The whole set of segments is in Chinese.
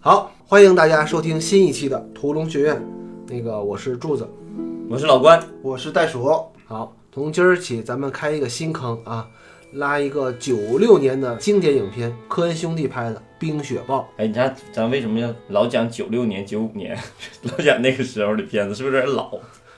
好，欢迎大家收听新一期的《屠龙学院》。那个，我是柱子，我是老关，我是袋鼠。好，从今儿起，咱们开一个新坑啊，拉一个九六年的经典影片，科恩兄弟拍的《冰雪暴》。哎，你看咱为什么要老讲九六年、九五年， 老讲那个时候的片子，是不是有点老？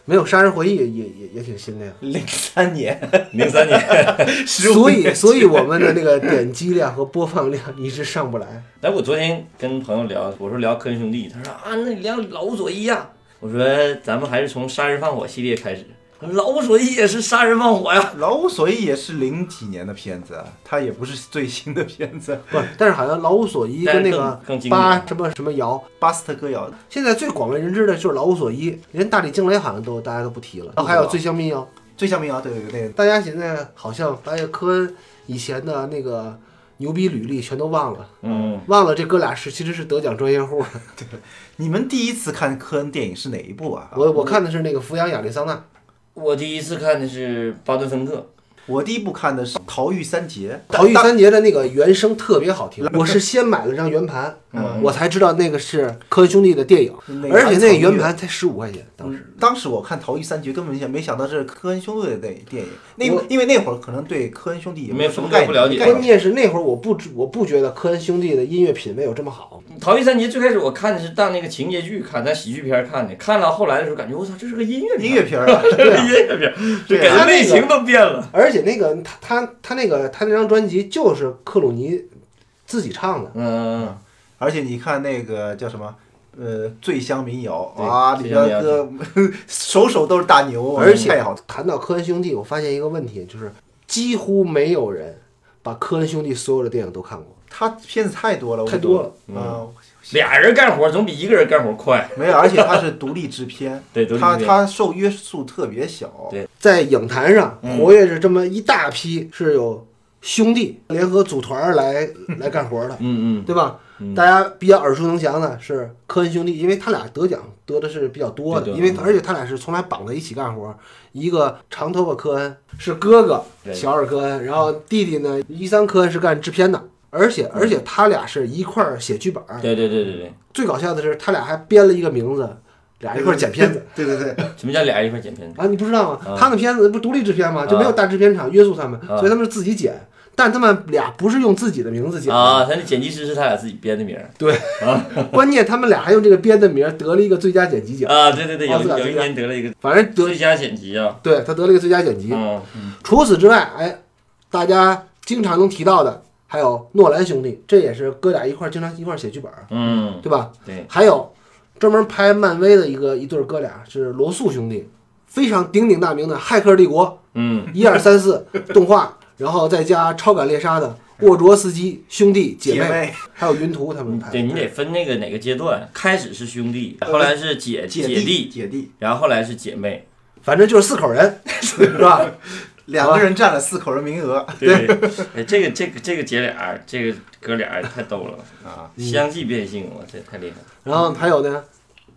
没有《杀人回忆》也也也也挺新的呀。零三年， 零三年，所以，所以我们的那个点击量和播放量一直上不来。哎，我昨天跟朋友聊，我说聊科恩兄弟，他说啊，那你聊老无所依呀、我说咱们还是从杀人放火系列开始，他说老无所依也是杀人放火呀。 老无所依也是零几年的片子，啊它也不是最新的片子。 不是，但是好像老无所依跟那个但是更更经典八什么什么瑶，巴斯特歌谣，现在最广为人知的就是老无所依，连大理惊雷好像都大家都不提了。然后还有醉乡民谣，最像民谣，对对对，大家现在好像发现科恩以前的那个牛逼履历全都忘了，嗯，忘了这哥俩是其实是得奖专业户。你们第一次看科恩电影是哪一部啊？我我看的是那个《俯仰亚利桑那》，我第一次看的是巴顿芬克，我第一部看的是《逃狱三杰》，逃狱三杰的那个原声特别好听，我是先买了张圆盘，嗯我才知道那个是科恩兄弟的电影，那个而且那个圆藏盘才十五块钱，当时。嗯当时我看《逃狱三杰》，根本想没想到这是科恩兄弟的电电影。那我因为那会儿可能对科恩兄弟也没有什么什么概不了解念，概关念键是那会儿我不知我不觉得科恩兄弟的音乐品味有这么 好， 《逃狱三杰》最开始我看的是当那个情节剧看，当喜剧片看的，看到后来的时候感觉我操，这是个音乐片，音乐片儿啊。这是个 音乐片，这对感啊觉类型都变了。而且那个他他他那个他那张专辑就是克鲁尼自己唱的，嗯，而且你看那个叫什么，呃，醉乡民谣对啊，里醉边乡民谣歌 首首都是大牛，而且太好听了。谈到科恩兄弟，我发现一个问题，就是几乎没有人把科恩兄弟所有的电影都看过，他片子太多了，我太多了。觉得。嗯，俩人干活总比一个人干活快。 没有，而且他是独立制片，对，都是他这样他受约束特别小。对在影坛上嗯活跃着这么一大批是有兄弟联合组团儿 来来干活的，嗯嗯，对吧？嗯大家比较耳熟能详的是科恩兄弟，因为他俩得奖得的是比较多的，对对因为嗯而且他俩是从来绑在一起干活。一个长头发科恩是哥哥对小尔科恩，然后弟弟呢伊桑科恩是干制片的，而嗯且而且他俩是一块儿写剧本儿。对对对对对，最搞笑的是他俩还编了一个名字，俩一块儿剪片子。对对对， 什么叫俩人一块剪片子？ 啊，你不知道吗？啊他们片子不独立制片吗？啊就没有大制片厂约束他们，啊所以他们是自己剪。但他们俩不是用自己的名字剪的，啊，他那剪辑师是他俩自己编的名儿关键他们俩还用这个编的名儿得了一个最佳剪辑奖。啊，对对对，有奥斯卡有最一佳年得了一个反正得，最佳剪辑啊，对他得了一个最佳剪辑。嗯，除此之外，哎，大家经常能提到的还有诺兰兄弟，这也是哥俩一块儿经常一块儿写剧本儿，嗯，对吧？对，还有专门拍漫威的一个一对儿哥俩是罗素兄弟，非常鼎鼎大名的《骇客帝国》嗯，一二三四动画，然后再加超感猎杀的沃卓斯基兄弟姐妹，姐妹还有云图他们拍对的。呃你得分那个哪个阶段，开始是兄弟，后来是姐姐弟弟，姐弟，然后后来是姐妹，反正就是四口人，是吧？两个人占了四口人名啊额对，哎，这个这个这个姐俩，这个哥俩太逗了，啊。嗯相继变性，我这太厉害了，然后还有呢，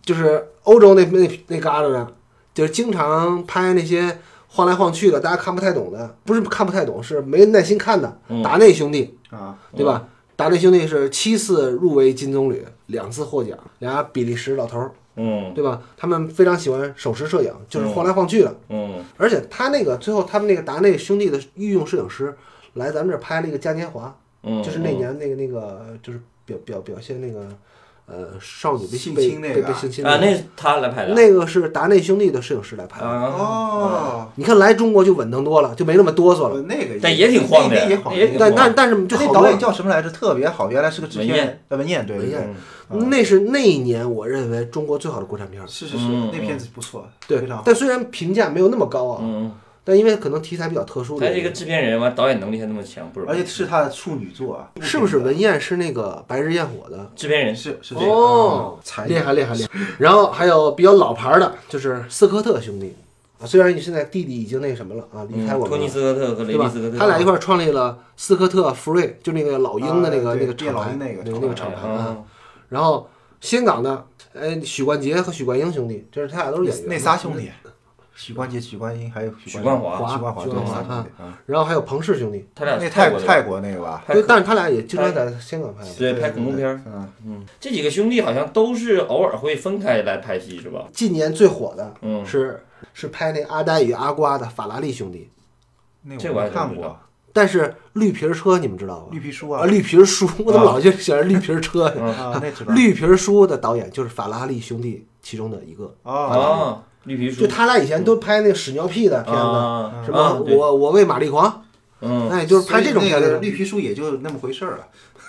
就是欧洲那那那旮瘩呢，就是经常拍那些晃来晃去的，大家看不太懂的，不是看不太懂，是没耐心看的。嗯达内兄弟，啊，对吧？达内兄弟是七次入围金棕榈，两次获奖，俩比利时老头儿，嗯对吧？他们非常喜欢手持摄影，就是晃来晃去的。嗯，而且他那个最后他们那个达内兄弟的御用摄影师来咱们这儿拍了一个嘉年华，嗯，就是那年那个那个就是表表表现那个呃少女被性被侵那被个被啊性侵啊，那是他来拍的，那个是达内兄弟的摄影师来拍的。啊，哦，你看来中国就稳当多了，就没那么哆嗦了。那个，但也挺晃的呀那那也晃也挺的。但但但是就那好导多演叫什么来着？特别好，原来是个制片文人彦，呃文彦对文对彦对，那是那一年我认为中国最好的国产片儿。是是是，嗯那片子不错，对非常，好。但虽然评价没有那么高啊，嗯，但因为可能题材比较特殊，他这个制片人完导演能力还那么强，不容而易。且是他的处女作啊，是不是文彦是那个《白日焰火》的？制片人是是这个哦嗯，才厉害厉害厉害！然后还有比较老牌的，就是斯科特兄弟啊，虽然你现在弟弟已经那什么了啊，离开我嗯托们尼了，斯科特和对雷迪吧斯科？特，他俩一块儿创立了斯科特福瑞，就那个老鹰的那个啊那个对变厂老鹰牌，那个那个厂厂牌牌啊。啊，然后新港的，哎，许冠杰和许冠英兄弟，这是他俩都是演员嘛。那仨兄弟，许冠杰、许冠英还有许冠华、华许冠华许对冠仨华嗯兄弟。然后还有彭氏兄弟，他俩那是泰国的泰国那个吧，拍对，但是他俩也经常在香港拍嘛。对拍恐怖片儿，嗯，嗯，这几个兄弟好像都是偶尔会分开来拍戏是吧？近年最火的嗯，是是拍那阿呆与阿瓜的法拉利兄弟，那这个我我还没看真不知过道但是绿皮儿车你们知道吧？绿皮书啊，啊绿皮儿书，我怎么啊老就想着绿皮儿 车？啊，那知道绿皮儿书的导演就是法拉利兄弟其中的一个，啊，啊，绿皮书就他俩以前都拍那个屎尿屁的片子，啊，什啊么对我我为玛丽狂，嗯，那也就是拍这种所以片那子个的绿皮书也就那么回事儿了。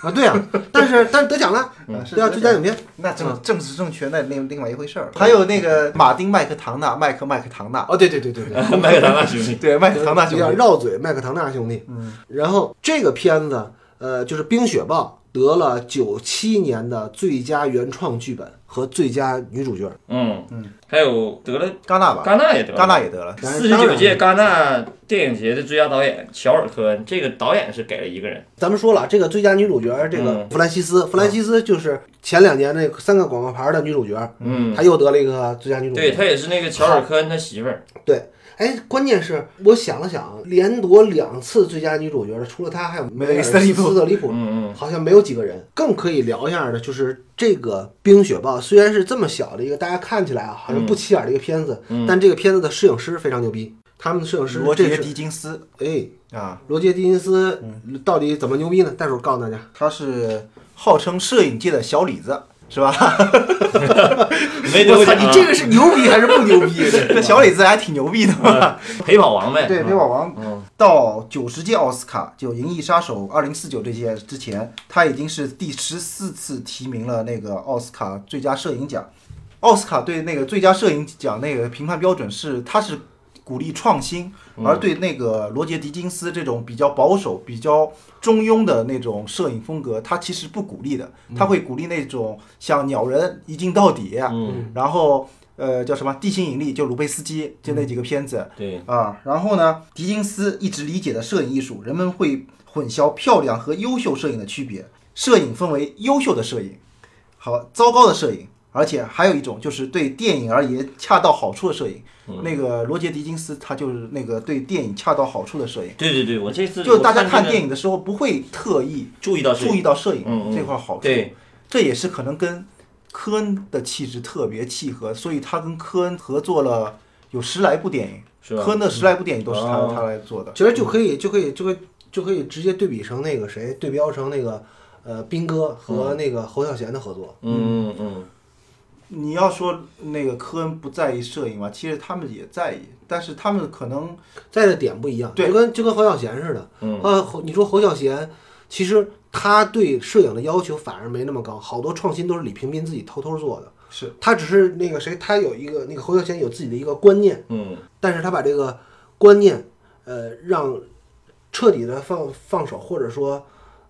啊，对 啊，但是但是得奖了，嗯啊是对啊，这最佳影片，那政政治正确那另另外一回事儿。还有那个马丁麦克唐纳，麦克麦克唐纳，哦，对对对对对，麦克唐纳 兄弟， 对，麦克唐纳兄有点弟，绕嘴，麦克唐纳兄弟，嗯，然后这个片子呃就是《冰雪暴》得了九七年的最佳原创剧本和最佳女主角，嗯嗯，还有得了戛纳吧，戛纳也得了戛纳也得了，当然四十九届戛纳电影节的最佳导演乔尔·科恩，这个导演是给了一个人，咱们说了，这个最佳女主角，这个嗯弗兰西斯，弗兰西斯就是前两年那三个广告牌的女主角，嗯，她又得了一个最佳女主对角。他也是那个乔尔·科恩他媳妇儿，哎，关键是我想了想，连夺两次最佳女主角的，除了她，还有梅尔斯特 里普，嗯嗯，好像没有几个人。更可以聊一下的就是这个《冰雪暴》，虽然是这么小的一个，大家看起来啊好像不起眼的一个片子，嗯但这个片子的摄影师非常牛逼。他们的摄影师罗这杰·是狄金斯哎，啊，罗杰·狄金斯到底怎么牛逼呢？待会儿告诉大家。他是号称摄影界的小李子，是吧？没得我过操，奖你啊，这个是牛逼还是不牛 逼？这小李子还挺牛逼的嘛。陪跑王呗，对，嗯陪跑王嗯到九十届奥斯卡，就《银翼杀手二零四九》这些之前，他已经是第十四次提名了那个奥斯卡最佳摄影奖。奥斯卡对那个最佳摄影奖那个评判标准是，他是鼓励创新，嗯而对那个罗杰·狄金斯这种比较保守、比较中庸的那种摄影风格，他其实不鼓励的，他会鼓励那种像《鸟人》一镜到底，嗯，然后呃叫什么《地心引力》，就鲁贝斯基就那几个片子，对，啊，然后呢，狄金斯一直理解的摄影艺术，人们会混淆漂亮和优秀摄影的区别。摄影分为优秀的摄影，好糟糕的摄影，而且还有一种就是对电影而言恰到好处的摄影。嗯那个罗杰·狄金斯他就是那个对电影恰到好处的摄影，对对对，我这次就大家看影电影的时候不会特意注意到这注意到摄影嗯嗯这块好处，对，这也是可能跟科恩的气质特别契合，所以他跟科恩合作了有十来部电影。是吧？科恩的十来部电影都是他、哦他来做的。其实就可以，就可以，就可以，就可以直接对比成那个谁，对标成那个呃，斌哥和那个侯孝贤的合作。嗯嗯嗯。你要说那个科恩不在意摄影嘛，其实他们也在意，但是他们可能在的点不一样，对就跟就跟侯孝贤似的。嗯呃，侯你说侯孝贤，其实他对摄影的要求反而没那么高，好多创新都是李平斌自己偷偷做的。是他只是那个谁，他有一个那个侯孝贤有自己的一个观念，嗯但是他把这个观念，呃，让彻底的放放手，或者说，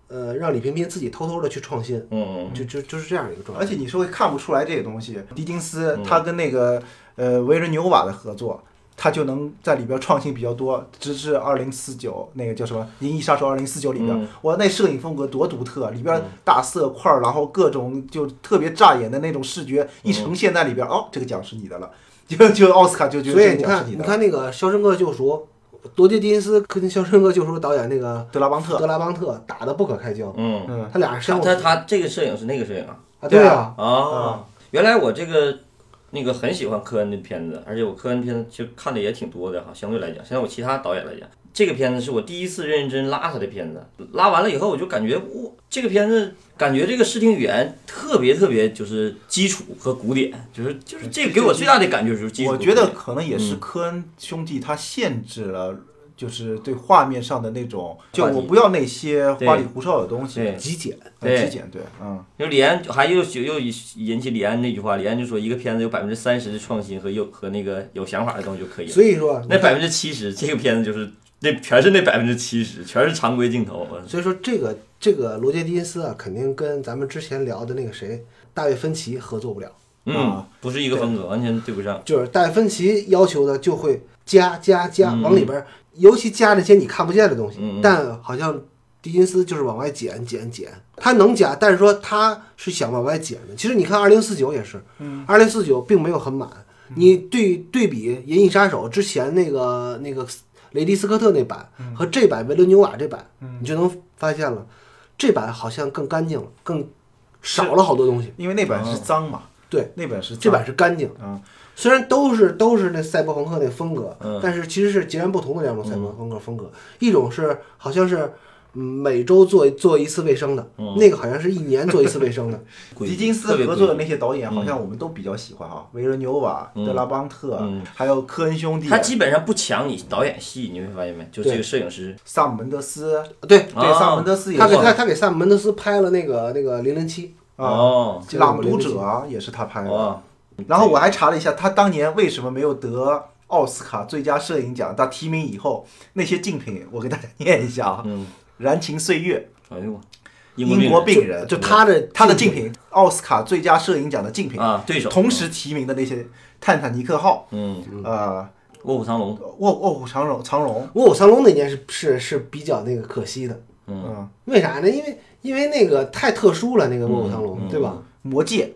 呃，让李平斌自己偷偷的去创新，嗯，就就就是这样一个状态而。且你是会看不出来这些东西。狄金斯嗯他跟那个、呃维伦纽瓦的合作，他就能在里边创新比较多。直至二零四九那个叫什么《银翼杀手二零四九》里嗯边，哇，那摄影风格多独特，啊里边大色块，然后各种就特别扎眼的那种视觉嗯一呈现在里边，哦，这个奖是你的了，就就奥斯卡就觉得所以这你个奖是看，你你的。看那个《肖申克救赎》，罗杰·狄金斯跟《肖申克救赎》导演那个德拉邦特，德拉邦特打得不可开交，嗯，嗯，他俩是他相互他他这个摄影是那个摄影啊啊，对啊，啊！原来我这个那个很喜欢科恩的片子，而且我科恩片子其实看的也挺多的哈，相对来讲，现在我其他导演来讲，这个片子是我第一次认真拉他的片子，拉完了以后我就感觉，我、这个片子感觉这个视听语言特别特别就是基础和古典，就是就是这个给我最大的感觉就是基础和嗯我古觉典。得可能也是科恩兄弟他限制了，就是对画面上的那种，就话我题不要那些花里胡哨的东西，对，极简，很对极简，对，嗯，就李安还又又引起李安那句话，李安就说一个片子有百分之三十的创新和有和那个有想法的东西就可以了。所以说那百分之七十，这个片子就是那全是那百分之七十，全是常规镜头。我所以说这个这个罗杰·狄金斯啊，肯定跟咱们之前聊的那个谁大卫·芬奇合作不了，嗯啊，不是一个风格，完全对不上。就是大卫·芬奇要求的就会加加加往里边儿，尤其加那些你看不见的东西，嗯嗯但好像。狄金斯就是往外减减减，他能加，但是说他是想往外减的。其实你看《二零四九》也是，《二零四九》并没有很满。你对对比《银翼杀手》之前那个那个雷迪斯科特那版和这版维伦纽瓦这版，你就能发现了，这版好像更干净了，更少了好多东西。因为那本是哦脏嘛，对，那本是脏这版是干净，嗯，虽然都是都是那赛博朋克那风格，嗯但是其实是截然不同的两种赛博朋克风格。一种是好像是嗯每周做做一次卫生的，嗯那个好像是一年做一次卫生的。诡狄异金特斯别合作的诡异嗯那些导演，好像我们都比较喜欢啊，维伦纽瓦、德拉邦特，还有科恩兄弟、嗯他基本上不抢你导演戏，你会发现没？就这个摄影师，萨姆门德斯，对，对，啊萨姆门德斯也他给是他他给萨姆门德斯拍了那个那个零零七，啊，哦， 《朗读者》也是他拍的。哇，然后我还查了一下，他当年为什么没有得奥斯卡最佳摄影奖？他提名以后那些竞品，我给大家念一下啊，嗯，燃情岁月》哎呦，英国国病嗯病人，就他的呃他的竞品，奥斯卡最佳摄影奖的竞人品，啊，对手，同时提名的那些《泰坦尼克号嗯，》呃，卧虎藏龙， 《卧卧虎藏龙》藏龙， 《卧虎藏龙》那年是是是比较那个可惜的，嗯，为啥呢？因为因为那个太特殊了，那个《卧虎藏龙》嗯嗯对吧？魔戒，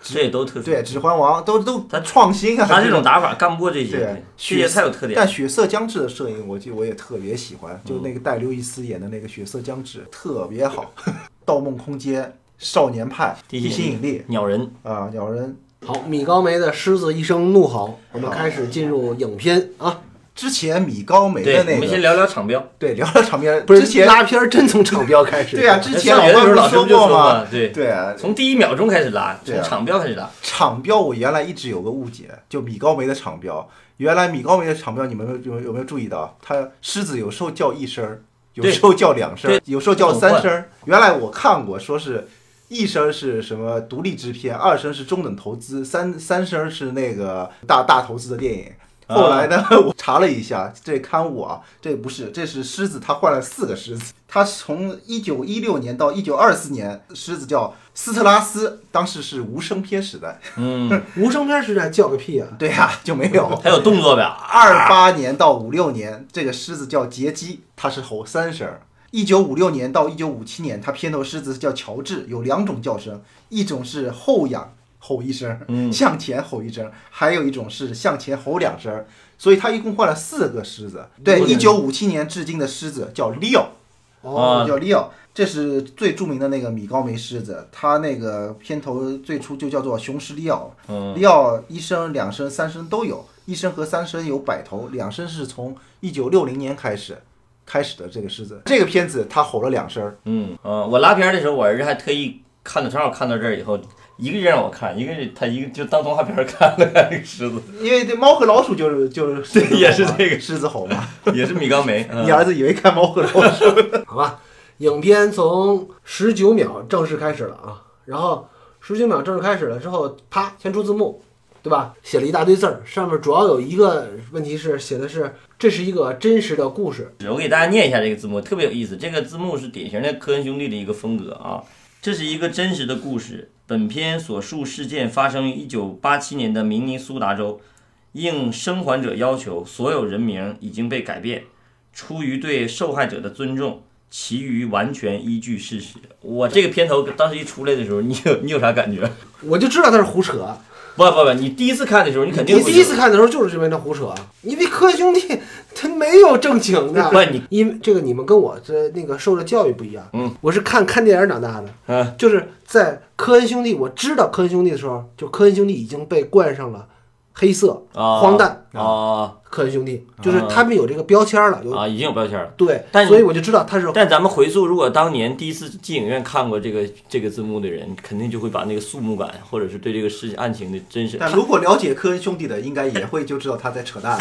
这也都特殊。对，《指环王》都都他创新啊！他这种打法干不过这些，对这些太有特点但了。 《血色将至》的摄影，我记我也特别喜欢，就那个戴刘易斯演的那个《血色将至》特别好，《盗梦空间》《少年派》《地地心心引引力鸟人，》啊，《鸟人好，米高梅的《狮子一声怒吼》，我们开始进入影片啊，》之前米高梅对，的我那们先个，聊聊场标。对，聊聊场面，不之是前拉片儿真从场标开始。对啊，，之前上学的时候老老师师不不就说吗？嘛，对，对啊，从第一秒钟开始拉，对从啊场标开始拉。场标我原来一直有个误解，就米高梅的场标，原来米高梅的场标，你们有没有有有没有注意到？它狮子有时候叫一声儿，有对时候叫两声儿对，有时候叫三声儿。原来我看过，说是一声儿是什么独立制片，二声是中等投资，三三声儿是那个大大投资的电影。啊后来呢， 我查了一下这刊物啊，这不是，这是狮子，他换了四个狮子。他从一九一六年到一九二四年，狮子叫斯特拉斯，当时是无声片时代。嗯，无声片时代叫个屁啊！对呀、就没有。还有动作表，二八年到五六年，这个狮子叫杰基，它是吼三声儿。一九五六年到一九五七年，它片头狮子叫乔治，有两种叫声，一种是后仰吼一声，嗯向前吼一声，还有一种是向前吼两声儿。所以它一共换了四个狮子。对，有一点九五七年至今的狮子叫 Leo，哦，啊叫 Leo，这是最著名的那个米高梅狮子，它那个片头最初就叫做雄狮 Leo，嗯，Leo 一声、两声、三声都有，一声和三声有百头，两声是从一九六零年开始开始的这个狮子。这个片子它吼了两声儿，嗯嗯，我拉片儿的时候，我儿子还特意看到，正好看到这儿以后，一个人让我看，一个人他一个就当动画片儿看了看这个狮子，因为这猫和老鼠就是就是狮子吼 嘛也是这个嗯狮子 吼嘛，也是米高梅。你儿子以为看猫和老鼠， 好吧，影片从十九秒正式开始了啊，然后十九秒正式开始了之后，啪，先出字幕，对吧？写了一大堆字儿，上面主要有一个问题是写的是这是一个真实的故事，我给大家念一下这个字幕，特别有意思。这个字幕是典型的科恩兄弟的一个风格啊。这是一个真实的故事。本片所述事件发生于一九八七年的明尼苏达州，应生还者要求，所有人名已经被改变。出于对受害者的尊重，其余完全依据事实。我这个片头当时一出来的时候，你有你有啥感觉？我就知道他是胡扯。不不不，你第一次看的时候，你肯定你会第一次看的时候就是认为他胡扯，因为科学兄弟他没有正经的。不你因为这个你们跟我这那个受的教育不一样，嗯，我是看看电影长大的，嗯，就是在科恩兄弟我知道科恩兄弟的时候，就科恩兄弟已经被冠上了黑色、啊，荒诞、啊科恩兄弟，就是他们有这个标签了，有啊，已经有标签了。对但，所以我就知道他是但咱们回溯，如果当年第一次进影院看过这个这个字幕的人，肯定就会把那个肃穆感，或者是对这个事情案情的真实。 但如果了解科恩兄弟的，应该也会就知道他在扯淡。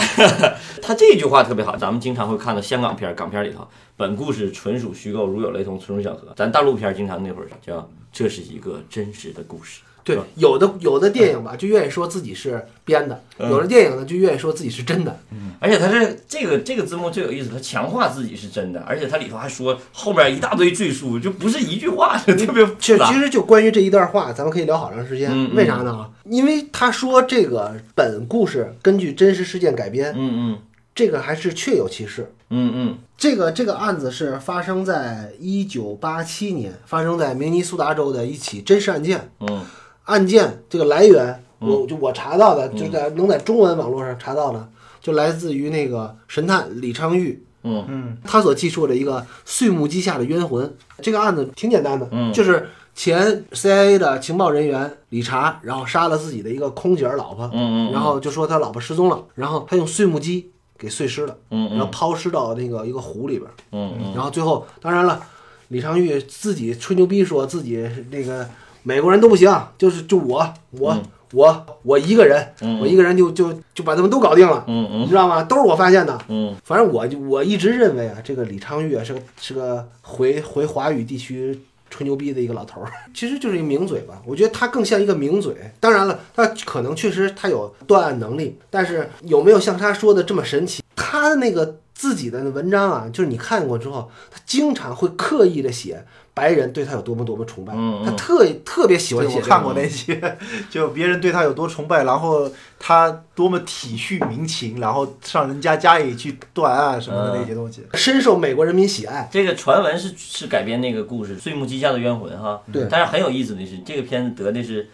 他这句话特别好，咱们经常会看到香港片儿、港片儿里头，本故事纯属虚构，如有雷同，纯属巧合。咱大陆片儿经常那会儿叫这是一个真实的故事，对有的有的电影吧，就愿意说自己是编的；嗯有的电影呢，就愿意说自己是真的。而且它是这个这个字幕最有意思，它强化自己是真的，而且它里头还说后面一大堆赘述，就不是一句话，就特别其实复杂其。实就关于这一段话，咱们可以聊好长时间。嗯嗯为啥呢？啊，因为他说这个本故事根据真实事件改编，嗯这个还是确有其事。嗯嗯嗯这个这个案子是发生在一九八七年，发生在明尼苏达州的一起真实案件。嗯案件这个来源，我就我查到的，就在能在中文网络上查到的，就来自于那个神探李昌钰嗯他所记述的一个碎木机下的冤魂。这个案子挺简单的，嗯就是前 CIA 的情报人员理查，然后杀了自己的一个空姐儿老婆，嗯然后就说他老婆失踪了，然后他用碎木机给碎尸了，嗯然后抛尸到那个一个湖里边儿，嗯然后最后当然了，李昌钰自己吹牛逼说自己是那个美国人都不行，就是就我我。嗯我我一个人，我一个人就就就把他们都搞定了，嗯你知道吗？都是我发现的，嗯反正我就我一直认为啊，这个李昌钰啊是个是个回回华语地区吹牛逼的一个老头儿， 其实就是一名嘴吧。我觉得他更像一个名嘴。当然了，他可能确实他有断案能力，但是有没有像他说的这么神奇？他的那个自己的文章啊，就是你看过之后，他经常会刻意的写白人对他有多么多么崇拜，嗯嗯他特特别喜欢对写啊我这个。看过那些， 就别人对他有多崇拜，然后他多么体恤民情，然后上人家家里去断案什么的那些东西。深受美国人民喜爱，这个传闻是是改编那个故事《碎木机下的冤魂》哈，对但是很有意思的是，这个片子得的是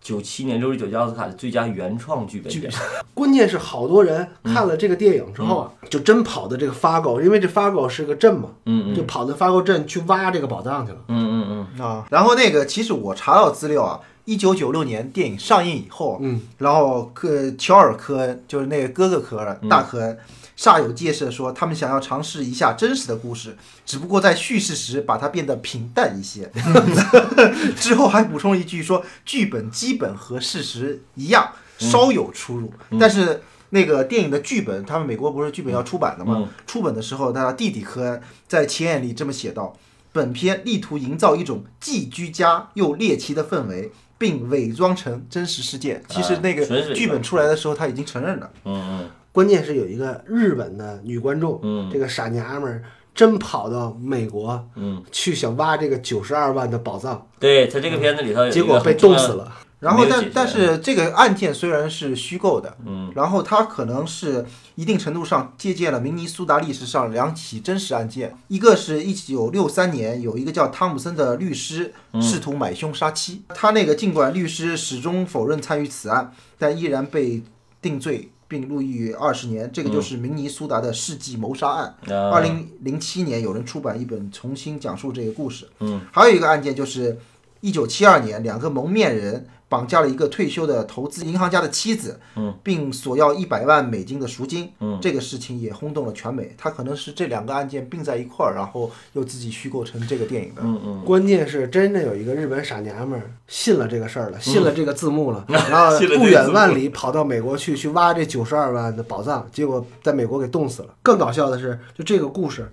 九七年六十九届奥斯卡的最佳原创剧本奖。关键是好多人看嗯了这个电影之后啊，就真跑到这个发狗，因为这发狗是个镇嘛，嗯就跑到发狗镇去挖这个宝藏去了。嗯嗯啊，然后那个其实我查到资料啊，一九九六年电影上映以后，嗯，然后科乔尔科恩就是那个哥哥科嗯恩大科恩，煞有介事地说他们想要尝试一下真实的故事，只不过在叙事时把它变得平淡一些。 之后还补充了一句说剧本基本和事实一样，稍有出入，嗯但是。那个电影的剧本，他们美国不是剧本要出版的嘛？嗯出本的时候，他弟弟科恩在前言里这么写道：“本片力图营造一种既居家又猎奇的氛围，并伪装成真实事件。其实那啊纯是伪个装剧本出来的时候，他已经承认了。嗯嗯关键是有一个日本的女观众，嗯这个傻娘们儿真跑到美国嗯，去想挖这个九十二万的宝藏嗯，，对他这个片子里头有一嗯个结果被很重冻要的死了。然后没有但解，决但是这个案件虽然是虚构的，嗯，然后它可能是一定程度上借鉴了明尼苏达历史上两起真实案件，一个是一九六三年有一个叫汤姆森的律师嗯试图买凶杀妻，他那个尽管律师始终否认参与此案，但依然被定罪并入狱二十年，这个嗯就是明尼苏达的世纪谋杀案。啊二零零七年，有人出版一本重新讲述这个故事。嗯，还有一个案件就是，一九七二年，两个蒙面人绑架了一个退休的投资银行家的妻子，嗯，并索要一百万美金的赎金。嗯，这个事情也轰动了全美。他可能是这两个案件并在一块儿，然后又自己虚构成这个电影的。嗯嗯，关键是真的有一个日本傻娘们儿信了这个事嗯儿了，信了这个字 幕了，然后信了这个字幕不远万里跑到美国去去挖这九十二万的宝藏，结果在美国给冻死了。更搞笑的是，就这个故事，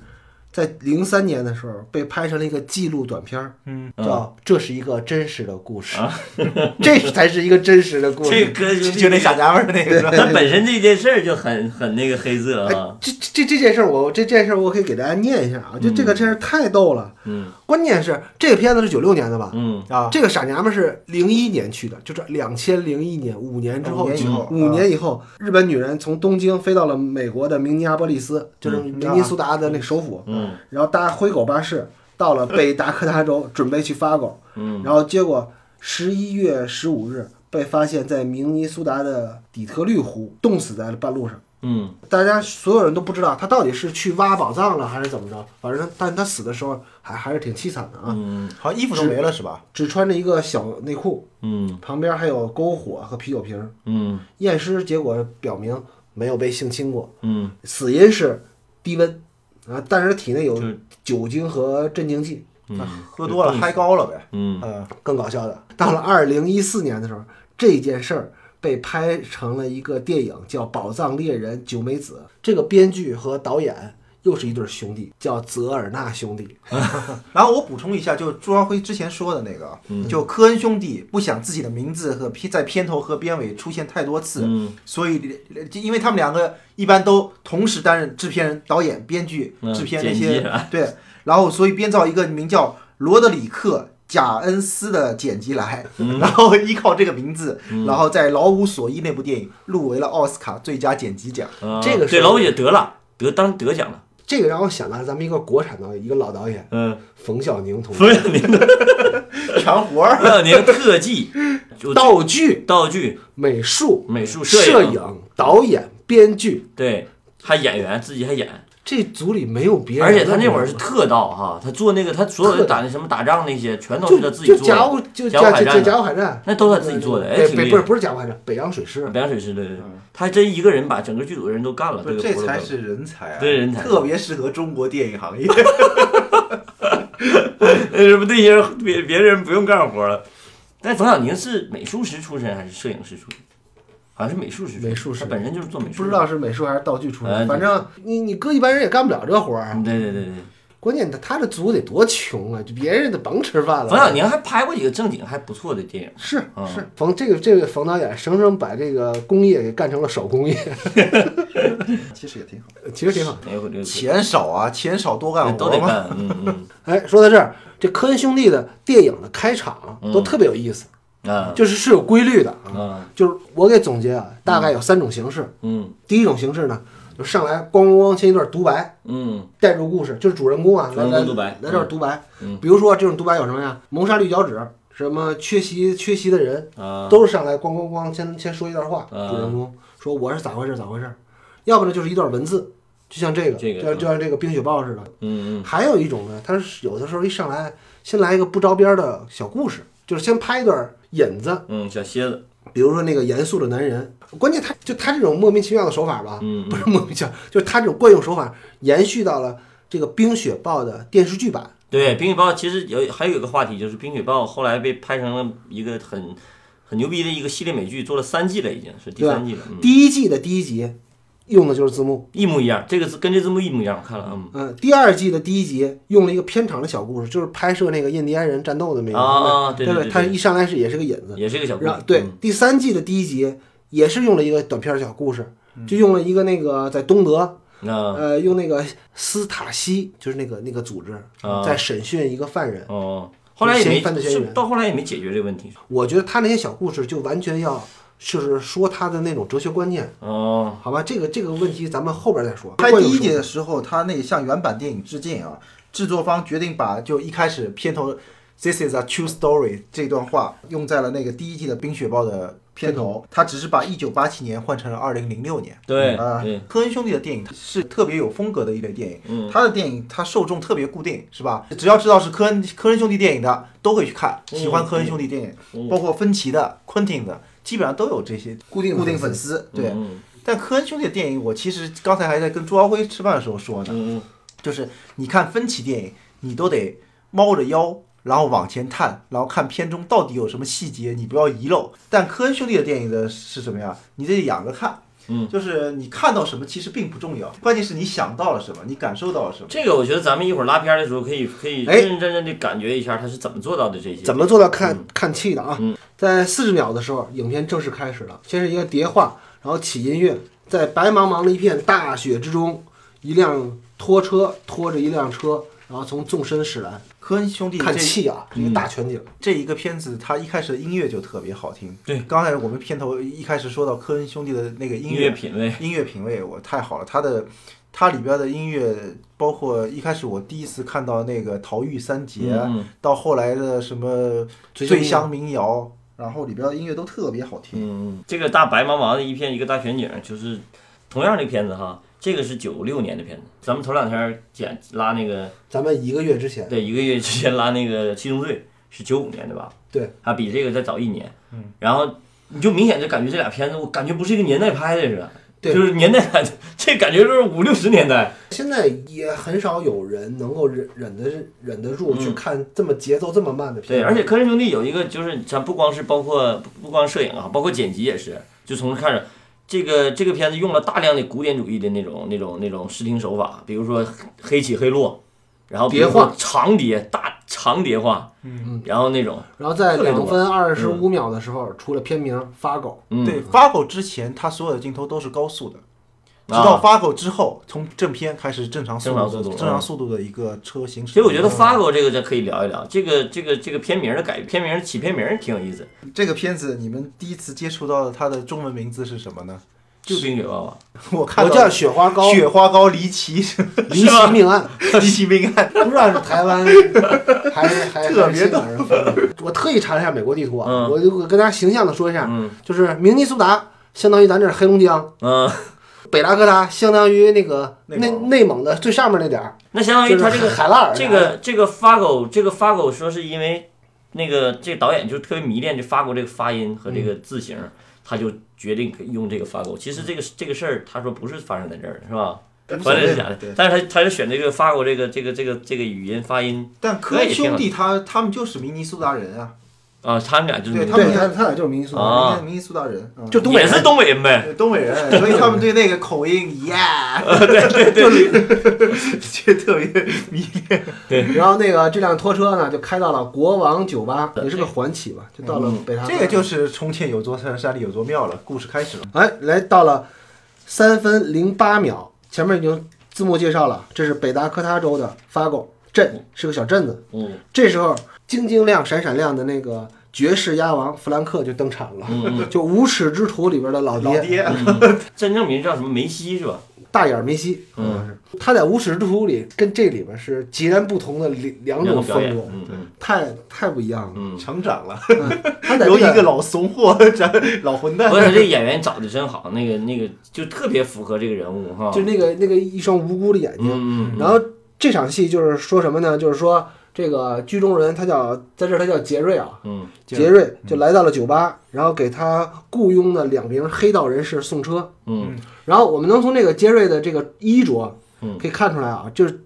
在零三年的时候被拍成了一个纪录短片儿，嗯，叫《这是一个真实的故事》， 这才是一个真实的故啊这事。个歌就那傻娘们儿那个是吧。他本身这件事儿就很很那个黑色哎啊，这这这件事儿，我这件事儿我可以给大家念一下啊，就这个真是太逗了。嗯，关键是这个片子是九六年的吧？嗯啊，这个傻娘们是零一年去的，就是两千零一年，五年之后，嗯五年以后啊五年以后，日本女人从东京飞到了美国的明尼阿波利嗯斯，就是明尼苏达的那首府，嗯然后搭灰狗巴士到了北达科他州，准备去发狗，嗯然后结果十一月十五日被发现在明尼苏达的底特律湖冻死在了半路上。嗯，大家所有人都不知道他到底是去挖宝藏了还是怎么着，反正但他死的时候还还是挺凄惨的啊，嗯好像衣服都没了是吧？只穿着一个小内裤，嗯旁边还有篝火和啤酒瓶儿。嗯验尸结果表明没有被性侵过，嗯，死因是低温啊，但是体内有就是酒精和镇静剂。啊喝多了嗨高了呗。嗯嗯，更搞笑的，到了二零一四年的时候，这件事儿被拍成了一个电影，叫《宝藏猎人九美子》。这个编剧和导演又是一对兄弟，叫泽尔纳兄弟。然后我补充一下，就朱朝辉之前说的那个，嗯就科恩兄弟不想自己的名字和片在片头和片尾出现太多次，嗯所以因为他们两个一般都同时担任制片人、导演、编剧、嗯制片那剪辑些、对，然后所以编造一个名叫罗德里克。贾恩斯的剪辑来，嗯然后依靠这个名字，然后在《老无所依》那部电影入围了奥斯卡最佳剪辑奖。啊这个是对老也得了，得当得奖了，这个让我想到了咱们一个国产导演，一个老导演嗯，冯小宁同志，冯小宁，全活儿冯小宁特技，就道具、道具、美术、美术、摄影，影、导演、编剧，对，还演员自己还演，这组里没有别人。而且他那会儿是特盗哈，他做那个他所有特的盗打那什么打仗那些，全都就是他自己就做甲的，午就甲甲午海甲战甲午海战，那都是他自己做的，哎，对挺北嗯厉不是害。不是甲午海战，北洋水师。北洋水师对对对，他真一个人把整个剧组的人都干了，不这是，个这活都才干了是人才啊！对人才特别适合中国电影行 业。那哎什么那些人别别人不用干活了。但冯小宁是美术师出身还是摄影师出身？好像是美术师出身，美术师他本身就是做美术，不知道。是美术还是道具出哎身，反正你你搁一般人也干不了这活儿啊。嗯对对对对，关键他他这组得多穷啊，就别人的甭吃饭了。冯小宁还拍过几个正经还不错的 电影，是嗯是冯这个这个冯导演生生把这个工业给干成了手工 业，其实也挺好，其实挺好。有有钱少啊，钱少多干哎都活得嘛。干，嗯哎，说到这儿，这科恩兄弟的电影的开场都特别有意思，嗯啊就是是有规律的啊。啊就是我给总结啊，大概有三种形式。嗯第一种形式呢，就上来咣咣咣先一段独白，嗯带入故事，就是主人公啊，主来人来公独白来这儿独白。嗯比如说这种独白有什么呀？谋杀绿脚趾，什么缺席缺席的人，啊都是上来咣咣咣先先说一段话，啊主人公说我是咋回事咋回事，要不呢就是一段文字，就像这个，这个就像就像这个冰雪暴似的。嗯嗯还有一种呢，他是有的时候一上来先来一个不着边的小故事，就是先拍一段引子，嗯，小蝎子，比如说那个严肃的男人，关键他就他这种莫名其妙的手法吧，嗯不是莫名其妙，就是他这种惯用手法延续到了这个《冰雪暴》的电视剧版。对，冰雪暴其实有还有一个话题就是冰雪暴后来被拍成了一个很很牛逼的一个系列美剧，做了三季了，已经是第啊三季了，嗯，第一季的第一集用的就是字幕，一模一样，这个字跟这字幕一模一样，我看了，嗯。嗯，第二季的第一集用了一个片场的小故事，就是拍摄那个印第安人战斗的那个，啊对对对不对对他一上来是也是个引子，也是一个小故然后事。对嗯，第三季的第一集也是用了一个短片小故事，嗯就用了一个那个在东德那呃，用那个斯塔西，就是那个那个组织啊，在审讯一个犯人。哦，后来也没嫌疑犯罪嫌疑人是到后来也没解决这个问题。我觉得他那些小故事就完全要，就是说他的那种哲学观念，哦，好吧？这个这个问题咱们后边再说。拍第一集集，的时候，他那向原版电影致敬啊，制作方决定把就一开始片头 “This is a true story” 这段话用在了那个第一季的《冰雪暴》的片头，他只是把一九八七年换成了二零零六年。嗯嗯对啊、对，科恩兄弟的电影是特别有风格的一类电影，嗯他的电影他受众特别固定，是吧？只要知道是科恩科恩兄弟电影的，都会去看，喜嗯欢科恩兄弟电影，包括芬奇的、昆汀的，基本上都有这些固定固粉丝定粉丝。对，嗯但科恩兄弟的电影，我其实刚才还在跟朱朝辉吃饭的时候说呢，嗯就是你看分歧电影，你都得猫着腰，然后往前探，然后看片中到底有什么细节，你不要遗漏。但科恩兄弟的电影的是什么呀？你得仰着看，嗯，就是你看到什么其实并不重要，关键是你想到了什么，你感受到了嗯，什么。这个我觉得咱们一会儿拉片儿的时候可以可以哎认认真真的感觉一下他是怎么做到的这些。怎么做到看看气的啊？在四十秒的时候，影片正式开始了，先是一个叠画，然后起音乐，在白茫茫的一片大雪之中，一辆拖车拖着一辆车，然后从纵深驶来，科恩兄弟看这嗯气啊，这个大全景。这一个片子，它一开始的音乐就特别好听。对刚才我们片头一开始说到科恩兄弟的那个音音乐乐品味？音乐品味我太好了，他的他里边的音乐，包括一开始我第一次看到那个《逃狱三杰》啊嗯到后来的什么《醉醉乡乡民谣》，然后里边的音乐都特别好听。嗯，这个大白茫茫的一片一个大全景，就是同样的片子哈，这个是九六年的片子，咱们头两天剪拉那个，咱们一个月之前，对，一个月之前拉那个《七宗罪》是九五年的吧？对，它比这个再早一年。嗯，然后你就明显就感觉这俩片子，我感觉不是一个年代拍的似的，对就是年代感，这感觉就是五六十年代。现在也很少有人能够忍忍得忍得住去看这么节奏这么慢的片嗯对，子。而且科恩兄弟有一个就是，咱不光是包括不光摄影啊，包括剪辑也是，就从开始。这个这个片子用了大量的古典主义的那种那种那种视听手法，比如说黑起黑落，然后比如说叠画长叠大长叠画，嗯，然后那种然后在特别多两分二十五秒的时候出了片名《发狗嗯对，Fargo 之前它所有的镜头都是高速的，直啊到 Fargo 之后，从正片开始正常速正度常速的度嗯正常速度的嗯一个车行驶。所以我觉得 Fargo 这个咱可以聊一聊，这个这个这个片名的改片名起片名挺有意思，这个片子，你们第一次接触到它的中文名字是什么呢？就冰雪 娃娃，我》，看我到叫雪花膏，雪花膏离奇离奇命案，离奇命 案，不知道是台湾 还还特别逗逗。我特意查了一下美国地图啊，嗯我就我跟大家形象的说一下，嗯就是明尼苏达相当于咱这儿黑龙江，嗯，北达科达相当于那个内内蒙内蒙的最上面那点儿，那相当于就是他这个海拉尔这个这个 Fargo 这个 Fargo 说是因为那个这个导演就特别迷恋这 Fargo 这个发音和这嗯个字形，他就决定可以用这个 Fargo。其实这个这个事儿他说不是发生在这儿的是吧？反正是假的对，，但是他他就选这个 Fargo 这个这个这个这个语音发音但科恩兄弟他他们就是明尼苏达人啊，啊，他们俩就是对他对们他他俩就是明尼苏达，啊明尼苏达人，嗯就东北也人是东北人呗，对东北人，所以他们对那个口音 耶，啊对对对， 就特别迷恋。 然后那个这辆拖车呢，就开到了国王酒吧，也是个缓起吧，就到了北塔。这个就是从前有座山，山里有座庙了，故事开始了。哎，来到了三分零八秒，前面已经字幕介绍了，这是北达科他州的发狗镇，是个小镇子。嗯这时候晶晶亮、闪闪亮的那个绝世鸭王弗兰克就登场了，嗯 嗯，就无耻之徒里边的老老爹，嗯爹，真正名叫什么梅西是吧？大眼梅西，好像是嗯他在无耻之徒里跟这里边是截然不同的两两两种种表风演，格，嗯嗯太太不一样了。嗯。成长了，他在由这一个老怂货、老混蛋 我感觉这演员找的真好，那个那个就特别符合这个人物哈。就那个那个一双无辜的眼睛，啊嗯嗯，然后这场戏就是说什么呢？就是说这个剧中人他叫在这儿他叫杰瑞啊，嗯杰杰瑞就来到了酒吧，然后给他雇佣的两名黑道人士送车。嗯然后我们能从这个杰瑞的这个衣着嗯，可以看出来啊，就是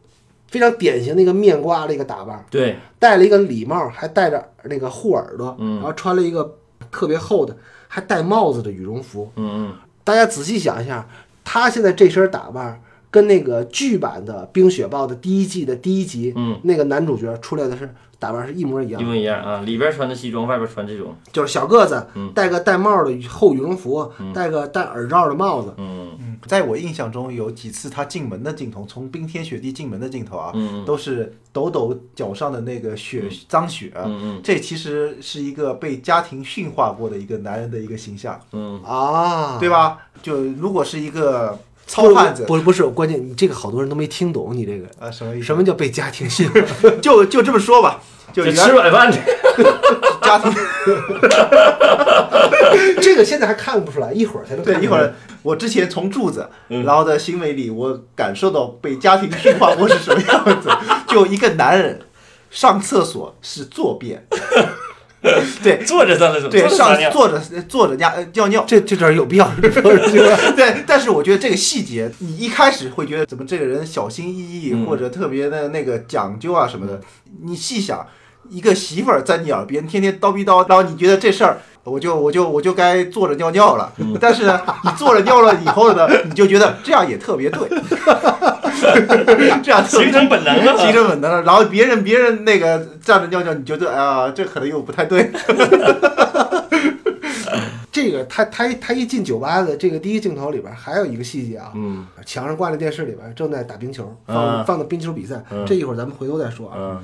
非常典型的一个面瓜的一个打扮，对，戴了一个礼帽，还戴着那个护耳朵，嗯然后穿了一个特别厚的，还戴帽子的羽绒服。嗯嗯，大家仔细想一下，他现在这身打扮跟那个剧版的《冰雪暴》的第一季的第一集，嗯，那个男主角出来的是打扮是一模一一样，模一样啊，里边穿的西装，外边穿这种，就是小个子嗯，戴个戴帽的厚羽绒服，戴个戴耳罩的帽子，嗯嗯，在我印象中有几次他进门的镜头，从冰天雪地进门的镜头啊，嗯都是抖抖脚上的那个雪、脏雪、啊嗯这其实是一个被家庭驯化过的一个男人的一个形象，嗯啊，对吧？就如果是一个不糙汉子，不不是，关键你这个好多人都没听懂你这个。啊，什么意思？什么叫被家庭训？就就这么说吧，就嗯，就原吃软饭去。家庭 这个现在还看不出来，一会儿才能看对，出来。一会儿我之前从柱子，嗯然后的行为里，我感受到被家庭驯化过是什么样子。 就一个男人上厕所是坐便， 对坐着上厕所，对，坐着撒上尿。坐着坐着尿呃尿尿。这这点儿有必要说一句吗对，但是我觉得这个细节，你一开始会觉得怎么这个人小心翼翼，嗯或者特别的那个讲究啊什么的。你细想，一个媳妇儿在你耳边天天叨逼叨，然后你觉得这事儿。我就我就我就该坐着尿尿了，嗯但是呢，你坐着尿了以后呢，你就觉得这样也特 别对，这样特别形成本能了形成本能了。然后别人别人那个站着尿尿，你觉得哎呀，这可能又不太对。这个他他一他一进酒吧的这个第一镜头里边儿还有一个细节啊，嗯墙上挂着电视里边正在打冰球，放、啊放的冰球比赛，嗯这一会儿咱们回头再说啊。嗯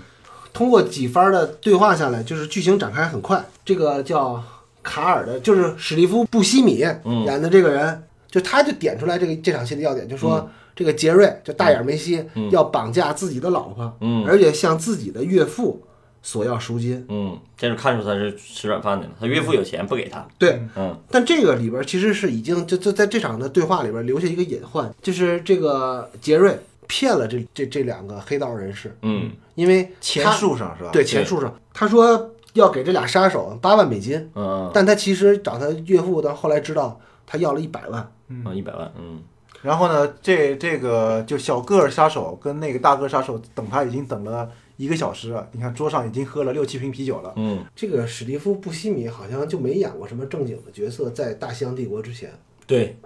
通过几番的对话下来，就是剧情展开很快。这个叫卡尔的，就是史蒂夫·布西米嗯演的这个人，就他就点出来这个这场戏的要点，就说、这个杰瑞就大眼梅西、嗯要绑架自己的老婆，嗯而且向自己的岳父索要赎金。嗯，这就看出他是吃软饭的了。他岳父有钱不给他，对，嗯，但这个里边其实是已经就就在这场的对话里边留下一个隐患，就是这个杰瑞骗了这这这两个黑道人士，嗯因为他钱数上啊是吧？对钱数上，他说要给这俩杀手八万美金，嗯但他其实找他岳父的，后来知道他要了一百万，嗯，一百万，嗯然后呢，这这个就小个儿杀手跟那个大个儿杀手等他已经等了一个小时了，你看桌上已经喝了六七瓶啤酒了。嗯，这个史蒂夫·布西米好像就没演过什么正经的角色，在《大西洋帝国》之前，对。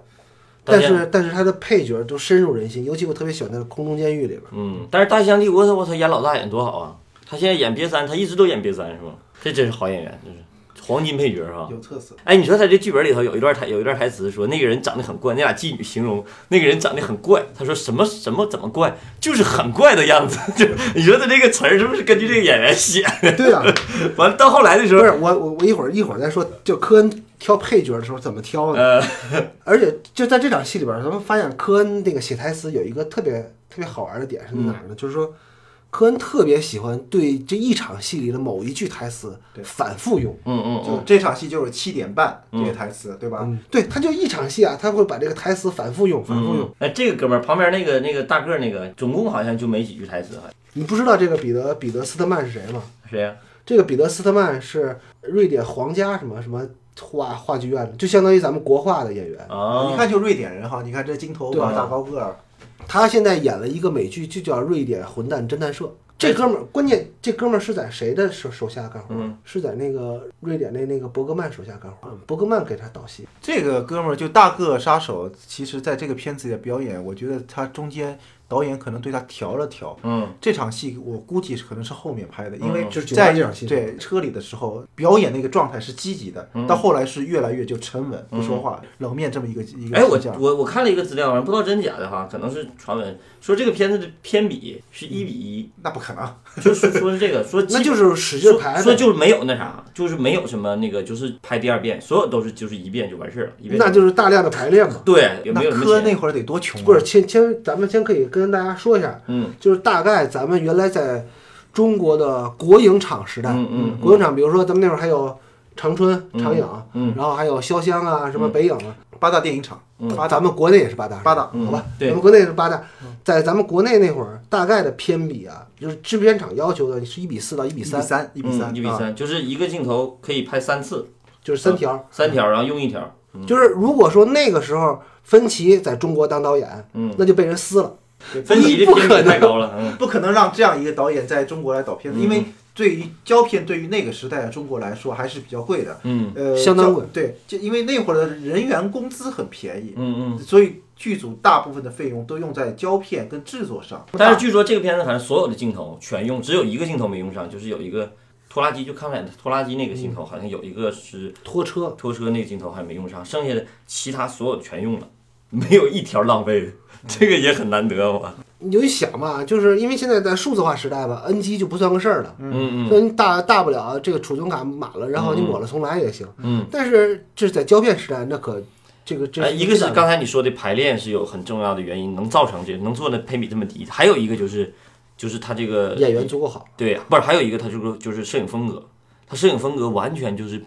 但大家，是但是他的配角都深入人心，尤其我特别喜欢他的《空中监狱》里边，嗯，但是《大西洋帝国》他我操演老大演多好啊！他现在演瘪三，他一直都演瘪三是吧？这真是好演员，就是黄金配角是吧？有特色，哎，你说他这剧本里头有一段台有一段台词说那个人长得很怪，那俩妓女形容那个人长得很怪，他说什么什么怎么怪，就是很怪的样子。 就你说他这个词儿是不是根据这个演员写？ 对啊，完了到后来的时不候，是我我我一会儿一会儿再说，就科恩挑配角的时候怎么挑呢？呃， 而且就在这场戏里边，咱们发现科恩那个写台词有一个特别特别好玩的点是在哪儿呢？就是说，科恩特别喜欢对这一场戏里的某一句台词对反复用。嗯嗯就嗯，这场戏就是七点半嗯这个台词，对吧？嗯，对，他就一场戏啊，他会把这个台词反复用，反复用。嗯。哎，这个哥们儿旁边那个那个大个儿那个，总共好像就没几句台词，好像你不知道这个彼得彼得斯特曼是谁吗？谁呀、这个彼得斯特曼是瑞典皇家什么什么话话剧院的，就相当于咱们国画的演员。啊？你看就瑞典人哈，你看这金头嗯对发啊大高个儿，他现在演了一个美剧，就叫《瑞典混蛋侦探社》。这哥们儿，关键这哥们儿是在谁的手手下干活？嗯是在那个瑞典那那个伯格曼手下干活。嗯伯格曼给他导戏，这个哥们儿就大个儿杀手，其实在这个片子里的表演，我觉得他中间导演可能对他调了调。嗯这场戏我估计是可能是后面拍的，因为嗯就是酒吧在这场戏对车里的时候，表演那个状态是积极的，嗯到后来是越来越就沉稳，不说话，冷面这么一个一个哎，我形象。我我看了一个资料，不知道真假的哈，可能是传闻，说这个片子的片比是一比一、那不可能， 就是说是这个，说嗯那基就是使劲排呗说说就是没有那啥，就是没有什么那个，就是拍第二遍，所有都是就是一遍就完事儿了，一遍那就是大量的排练嘛。对，也没那有什科么钱。那会儿得多穷啊！不是，先先咱们先可以跟大家说一下，嗯就是大概咱们原来在中国的国营厂时代，嗯嗯国营厂，比如说咱们那会儿还有长春、长影，嗯然后还有潇湘啊，什么北影啊，八大电影厂，八咱们国内也是八大，八大嗯好吧？对咱们国内是八大，在咱们国内那会儿，大概的片比啊，就是制片厂要求的是一比四到一一比比三，三，一比嗯三，一比啊。三，就是一个镜头可以拍三次，就是三条。三条，然后用一条。 就是如果说那个时候芬奇在中国当导演，嗯那就被人撕了。分级的不片可比太能高了，嗯，不可能让这样一个导演在中国来导片子，因为对于胶片对于那个时代的中国来说还是比较贵的，嗯呃，相当胶贵。对，就因为那会儿的人员工资很便宜，嗯嗯。所以剧组大部分的费用都用在胶片跟制作上。但是据说这个片子好像所有的镜头全用，只有一个镜头没用上，就是有一个拖拉机，就康乃的拖拉机那个镜头，好像有一个是拖车，拖车那个镜头还没用上，剩下的其他所有全用了，没有一条浪费的， 这个也很难得吧？你就一想吧，就是因为现在在数字化时代吧，N 机就不算个事儿了。嗯嗯那你大大不了这个储存卡满了，然后你抹了重来也行。嗯，但是这是在胶片时代，那可这个这哎，一个是大刚才你说的排练是有很重要的原因，能造成这能做的配比这么低，还有一个就是就是他这个演员足够好。对，啊不是还有一个他就是就是摄影风格，他摄影风格完全就是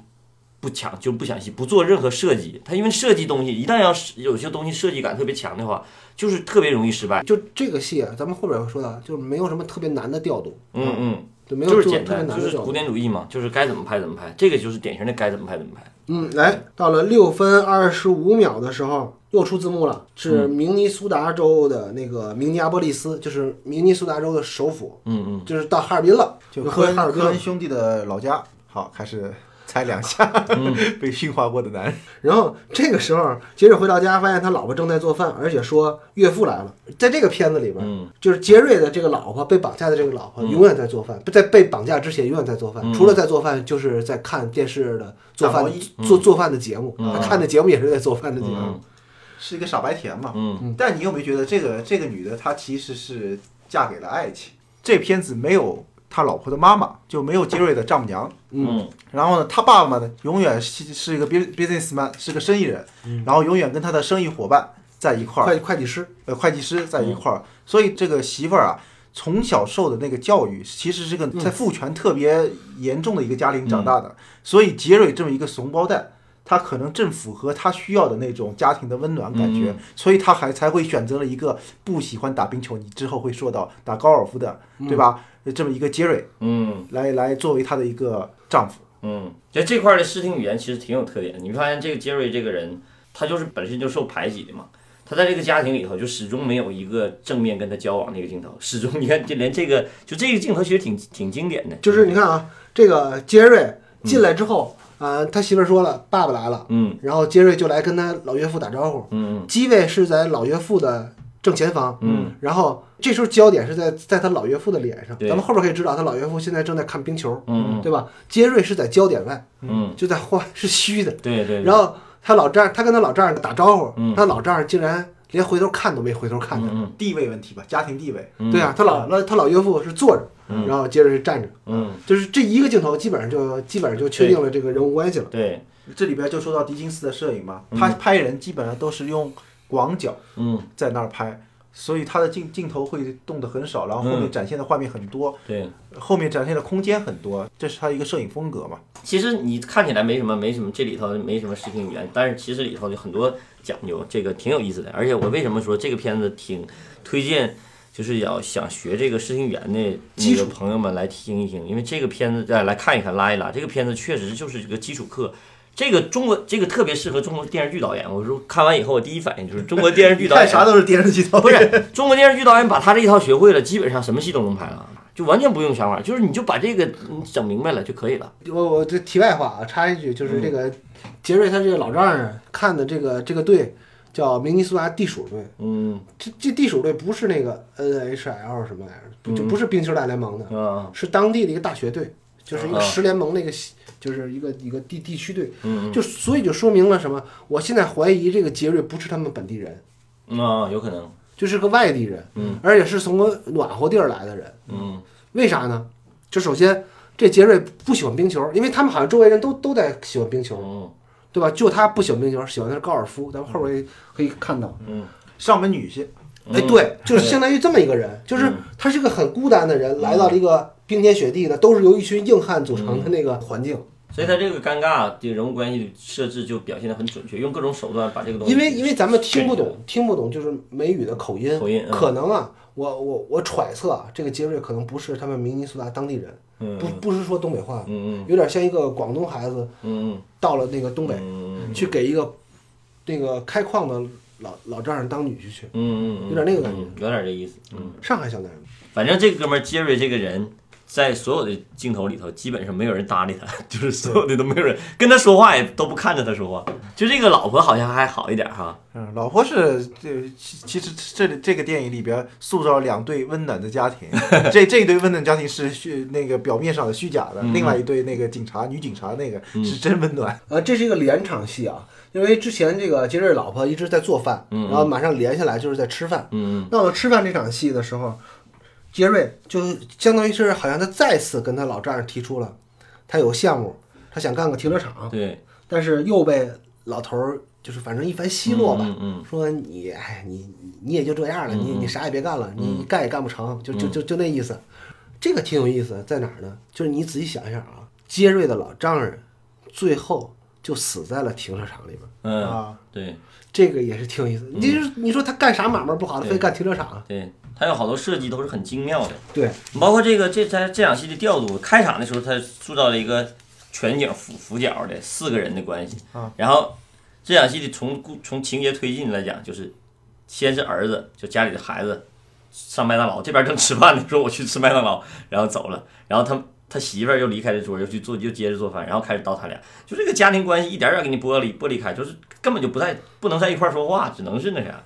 不抢就不抢戏，不做任何设计，他因为设计东西一旦要是有些东西设计感特别强的话，就是特别容易失败。就这个戏啊，咱们后边会说到，就是没有什么特别难的调度，嗯嗯，就没有就是做简特别单，难就的是调古度。典主义嘛，就是该怎么拍怎么拍，这个就是典型的该怎么拍怎么拍。嗯，来到了六分二十五秒的时候，又出字幕了，是嗯明尼苏达州的那个明尼阿波利斯，就是明尼苏达州的首府，嗯嗯，就是到哈尔滨了，就又科回恩哈尔滨科了恩。兄弟的老家，好，开始猜两下，嗯 被驯化过的男人。然后这个时候，杰瑞回到家，发现他老婆正在做饭，而且说岳父来了。在这个片子里边，嗯就是杰瑞的这个老婆被绑架的这个老婆，永远在做饭，不在被绑架之前永远在做嗯饭，除了在做饭，就是在看电视的做大饭毛衣做做饭的节目，他看的节目也是在做饭的节目。嗯是一个傻白甜嘛。嗯但你有没有觉得这个这个女的她其实是嫁给了爱情？这片子没有他老婆的妈妈，就没有杰瑞的丈母娘。嗯然后呢，他爸爸呢，永远是是一个 bus- businessman，是个生意人，然后永远跟他的生意伙伴在一块儿，会会计师，嗯呃，会计师在一块儿。所以这个媳妇儿啊，从小受的那个教育，其实是个嗯在父权特别严重的一个家庭长大的，所以杰瑞这么一个怂包蛋，他可能正符合他需要的那种家庭的温暖感嗯觉，所以他还才会选择了一个不喜欢打冰球，你之后会说到打高尔夫的，对吧？这么一个杰瑞嗯来来作为他的一个丈夫，嗯，就这块儿的视听语言其实挺有特点的。你发现这个杰瑞这个人，他就是本身就受排挤的嘛。他在这个家庭里头，就始终没有一个正面跟他交往的一个镜头，始终你看，就连这个，就这个镜头其实挺挺经典的，就是你看啊，这个杰瑞进来之后，啊，他媳妇儿说了，爸爸来了，嗯，然后杰瑞就来跟他老岳父打招呼，嗯机位是在老岳父的正前方，嗯，然后这时候焦点是在在他老岳父的脸上，对咱们后边可以知道他老岳父现在正在看冰球，嗯对吧？杰瑞是在焦点外，嗯，就在画是虚的，对对对，然后他老丈他跟他老丈人打招呼，嗯他老丈人竟然连回头看都没回头看他，嗯地位问题吧，家庭地位，嗯，对啊，他老那他老岳父是坐着，嗯然后杰瑞是站着，嗯，就是这一个镜头基本上就基本上就确定了这个人物关系了。对，这里边就说到狄金斯的摄影嘛，他拍人基本上都是用广角。嗯在那儿拍，所以它的镜镜头会动得很少，然后后面展现的画面很多，对。后面展现的空间很多，这是它一个摄影风格嘛。其实你看起来没什么，没什么，这里头没什么视听语言，但是其实里头有很多讲究，这个挺有意思的。而且我为什么说这个片子挺推荐，就是要想学这个视听语言的那基础个朋友们来听一听，因为这个片子再来看一看，拉一拉，这个片子确实就是这个基础课。这个中国这个特别适合中国电视剧导演。我说看完以后，我第一反应就是中国电视剧导演看啥都是电 视剧头，不是中国电视剧导演把他这一套学会了，基本上什么戏都能拍了，就完全不用想法，就是你就把这个你整明白了就可以了。我我这题外话啊，插一句，就是这个杰瑞他这个老丈人看的这个这个队叫明尼苏达地鼠队，嗯这这地鼠队不是那个 NHL 什么来着，不嗯就不是冰球大联盟的，啊。是当地的一个大学队，就是一个啊十联盟那个系，就是一个一个地地区队，嗯就所以就说明了什么？我现在怀疑这个杰瑞不是他们本地人，嗯啊，有可能，就是个外地人，嗯，而且是从个暖和地儿来的人。嗯为啥呢？就首先这杰瑞不喜欢冰球，因为他们好像周围人都都在喜欢冰球，嗯对吧？就他不喜欢冰球，喜欢的是高尔夫。咱们后边也可以看到，嗯，上门女性，哎，对，就是相当于这么一个人，嗯就是他是个很孤单的人，来到了一个冰天雪地的，都是由一群硬汉组成嗯的那个环境。所以他这个尴尬的人物关系设置就表现得很准确，用各种手段把这个东西，因为因为咱们听不懂，听不懂就是美语的口音，口音嗯可能啊，我我我揣测啊，这个杰瑞可能不是他们明尼苏达当地人，嗯不不是说东北话，嗯嗯有点像一个广东孩子嗯到了那个东北。嗯去给一个那个开矿的老老丈人当女婿去。嗯嗯，有点这意思，嗯，上海小男人，反正这哥们儿杰瑞这个人。在所有的镜头里头，基本上没有人搭理他， 就是所有的都没有人跟他说话，也都不看着他说话。就这个老婆好像还好一点哈，嗯，老婆是这其其实这里这个电影里边塑造了两对温暖的 家庭，这这一对温暖家庭是虚那个表面上的虚假的，嗯另外一对那个警察女警察那个是真温暖，呃，这是一个连场戏啊，因为之前这个杰瑞老婆一直在做饭，然后马上连下来就是在吃饭。嗯到了吃饭这场戏的时候，杰瑞就相当于是好像他再次跟他老丈人提出了，他有项目，他想干个停车场，对，但是又被老头儿就是反正一番奚落吧，嗯嗯说你哎你你你也就这样了，你你啥也别干了，嗯你干也干不成，就就就就那意思。这个挺有意思，在哪儿呢？就是你仔细想一想啊，杰瑞的老丈人最后就死在了停车场里边，嗯，啊，对这个也是挺有意思。你就是你说他干啥买卖不好，他非对干停车场？对，他有好多设计都是很精妙的。对，包括这个这在这场戏的调度，开场的时候他塑造了一个全景俯俯角的四个人的关系，然后这场戏的从故从情节推进来讲，就是先是儿子，就家里的孩子上麦当劳，这边正吃饭呢，说我去吃麦当劳，然后走了，然后他他媳妇儿又离开这桌，又去做又接着做饭，然后开始叨他俩，就这个家庭关系一点点给你剥离剥离开，就是根本就不在不能在一块儿说话，只能是那啥，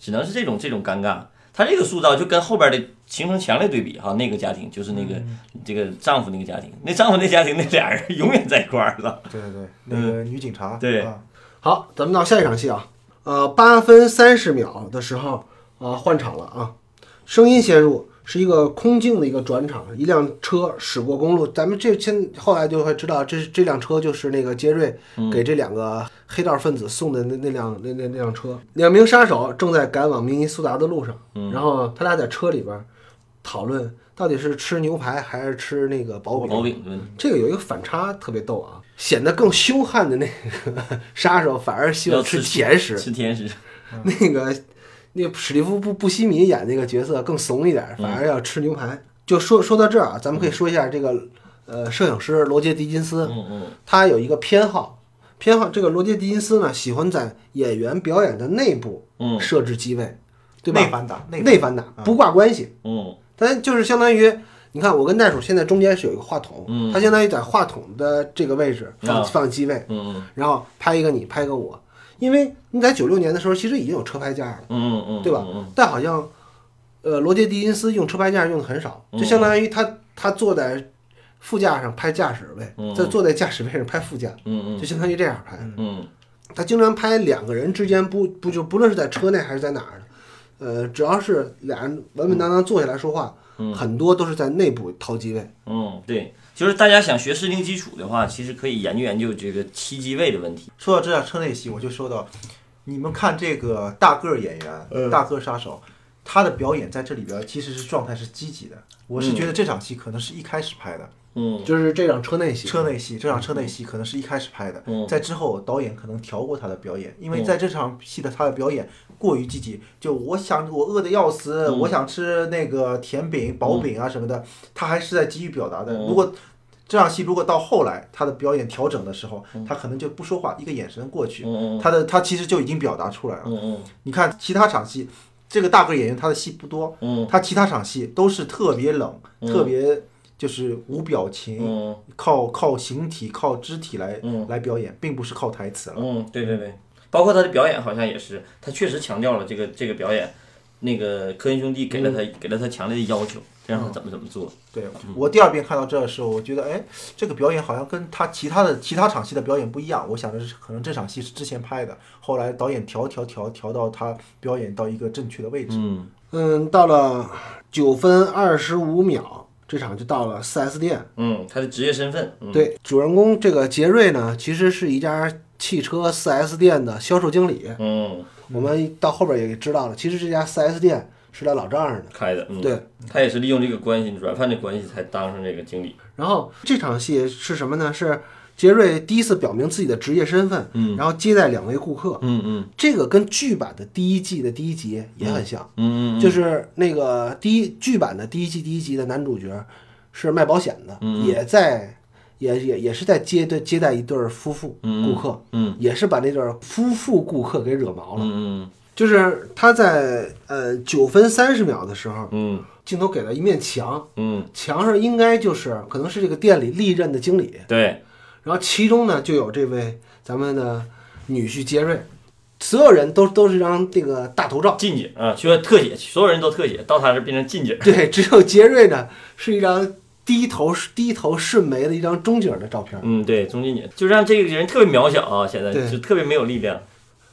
只能是这种这种尴尬。他这个塑造就跟后边的形成强烈对比哈，那个家庭就是那个、嗯这个丈夫那个家庭，那丈夫那家庭那俩人永远在一块儿了。对对对，那个女警察，嗯对啊好，咱们到下一场戏啊，呃，八分三十秒的时候啊、换场了啊，声音先入是一个空镜的一个转场，一辆车驶过公路，咱们这现后来就会知道这这辆车就是那个杰瑞给这两个黑道分子送的那那辆那那那辆车，两名杀手正在赶往明尼苏达的路上，然后他俩在车里边。讨论到底是吃牛排还是吃那个薄饼。毛嗯饼对，这个有一个反差特别逗啊，显得更凶悍的那个杀手反而希要望吃甜食，吃甜食， 那个那史蒂夫布布西米演那个角色更怂一点，嗯反而要吃牛排。就说说到这儿啊，咱们可以说一下这个呃摄影师罗杰·狄金斯，嗯嗯，他有一个偏好，偏好这个罗杰·狄金斯呢喜欢在演员表演的内部嗯设置机位，对内吧？反打，内内反打不挂关系，嗯但就是相当于。你看，我跟袋鼠现在中间是有一个话筒，嗯它相当于在话筒的这个位置放、啊放机位，嗯嗯然后拍一个你，拍一个我。因为你在九六年的时候，其实已经有车拍架了。嗯嗯，对吧嗯但好像，呃，罗杰·狄金斯用车拍架用的很少，就相当于他他坐在副驾上拍驾驶位，嗯再坐在驾驶位上拍副驾，嗯就相当于这样拍。嗯嗯他经常拍两个人之间不不就不论是在车内还是在哪儿的，呃，只要是俩人稳嗯稳当当坐下来说话，很多都是在内部掏机位。嗯，对，就是大家想学视听基础的话，其实可以研究研究这个七机位的问题。说到这辆车内戏，我就说到，你们看这个大个儿演员，嗯大个儿杀手，他的表演在这里边其实是状态是积极的。我嗯是觉得这场戏可能是一开始拍的、嗯就是这场车内戏，车内戏，这场车内戏可能是一开始拍的，嗯在之后导演可能调过他的表演，因为在这场戏的他的表演过于积极，就我想我饿得要死，嗯我想吃那个甜饼、薄饼啊什么的，他还是在急于表达的。嗯如果这场戏如果到后来他的表演调整的时候，他可能就不说话，一个眼神过去，嗯嗯嗯他的他其实就已经表达出来了。嗯你看其他场戏，这个大个演员他的戏不多，嗯他其他场戏都是特别冷，嗯特别就是无表情，嗯靠靠形体、靠肢体来嗯来表演，并不是靠台词了。嗯，对对对，包括他的表演好像也是，他确实强调了这个这个表演，那个科恩兄弟给了嗯他给了他强烈的要求，让他怎么怎么做。对我第二遍看到这儿的时候，我觉得哎，这个表演好像跟他其他的其他场戏的表演不一样。我想的是，可能这场戏是之前拍的，后来导演调调调调到他表演到一个正确的位置。嗯嗯，到了九分二十五秒，这场就到了四 S 店。嗯，他的职业身份，嗯对，主人公这个杰瑞呢，其实是一家汽车 4S 店的销售经理。嗯，我们到后边也知道了，其实这家 4S 店是他老丈人的。开的，嗯，对，他也是利用这个关系软饭的关系才当上这个经理。然后这场戏是什么呢？是杰瑞第一次表明自己的职业身份，嗯然后接待两位顾客。嗯嗯这个跟剧版的第一季的第一集也很像，嗯嗯，就是那个第一剧版的第一季第一集的男主角是卖保险的，嗯也在也也也是在接对接待一对儿夫妇嗯顾客，嗯也是把那对儿夫妇顾客给惹毛了。嗯就是他在呃九分三十秒的时候，嗯镜头给了一面墙，嗯，墙上应该就是可能是这个店里历任的经理，对，然后其中呢就有这位咱们的女婿杰瑞，所有人都都是一张这个大头照，近景啊，缺特写，所有人都特写，到他这变成近景。对，只有杰瑞呢是一张低头低头顺眉的一张中景的照片，嗯，对，中近景就让这个人特别渺小啊，显得对就特别没有力量。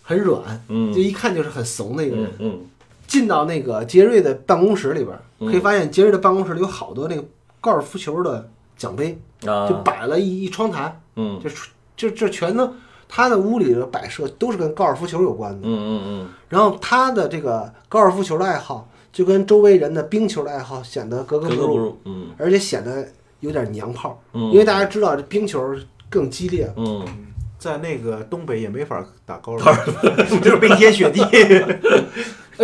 很软，嗯就一看就是很怂的一个人嗯。嗯进到那个杰瑞的办公室里边，嗯可以发现杰瑞的办公室里有好多那个高尔夫球的奖杯。就啊，摆了一一窗台，嗯就就这全都他的屋里的摆设都是跟高尔夫球有关嗯的。嗯然后他的这个高尔夫球的爱好，就跟周围人的冰球的爱好显得格嗯，格格不格不入，入。嗯而且显得有点娘炮，嗯，因为大家知道这冰球更激烈。嗯在那个东北也没法打高尔夫， 就是冰天雪地，哎，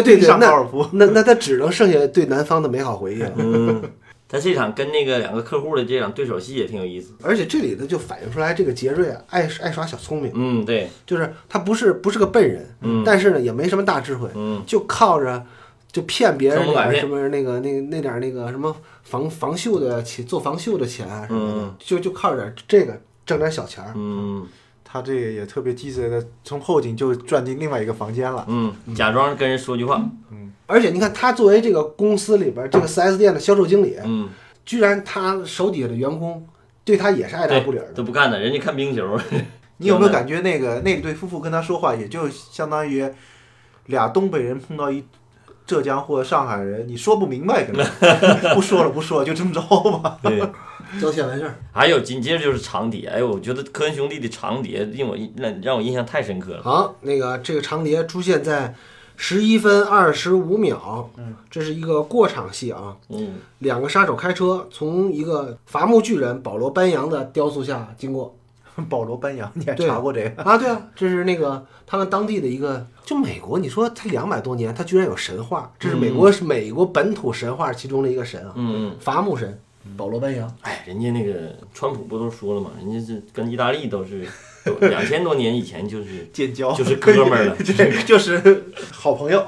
对对，上高那尔夫。那那他只能剩下对南方的美好回忆 了。嗯，他这场跟那个两个客户的这场对手戏也挺有意思。而且这里头就反映出来，这个杰瑞啊，爱爱耍小聪明，嗯，对，就是他不是不是个笨人，嗯但是呢也没什么大智慧，嗯就靠着就骗别人坑蒙点拐儿骗什么那个那个那点儿那个什么防防锈的钱，做防锈的钱啊什么的，嗯就就靠着点儿这个挣点儿小钱儿。嗯他这也特别鸡贼的，从后景就转进另外一个房间了。嗯，假装跟人说句话。而且你看，他作为这个公司里边儿这个 4S 店的销售经理，嗯，居然他手底下的员工对他也是爱答对不理儿，的。都不干的，人家看冰球。 你有没有感觉那个那对夫妇跟他说话，也就相当于俩东北人碰到一浙江或者上海人，你说不明白，可能不说了，不说了，就这么着吧。 对。交钱完事儿，还有紧接着就是长碟，哎呦，我觉得科恩哎兄弟的长碟令我印让让我印象太深刻了。好，那个这个长碟出现在十一分二十五秒，这是一个过场戏啊。嗯，两个杀手开车从一个伐木巨人保罗·班扬的雕塑下经过保罗·班扬，你还对查过这 个？啊，对啊，这是那个他们当地的一个，就美国，你说他两百多年，他居然有神话，这是美国、是美国本土神话其中的一个神啊，嗯伐木神保罗·班扬。哎，人家那个川普不都说了嘛，人家这跟意大利都是 两千多年以前就是建交就是哥们儿了对，就是好朋友。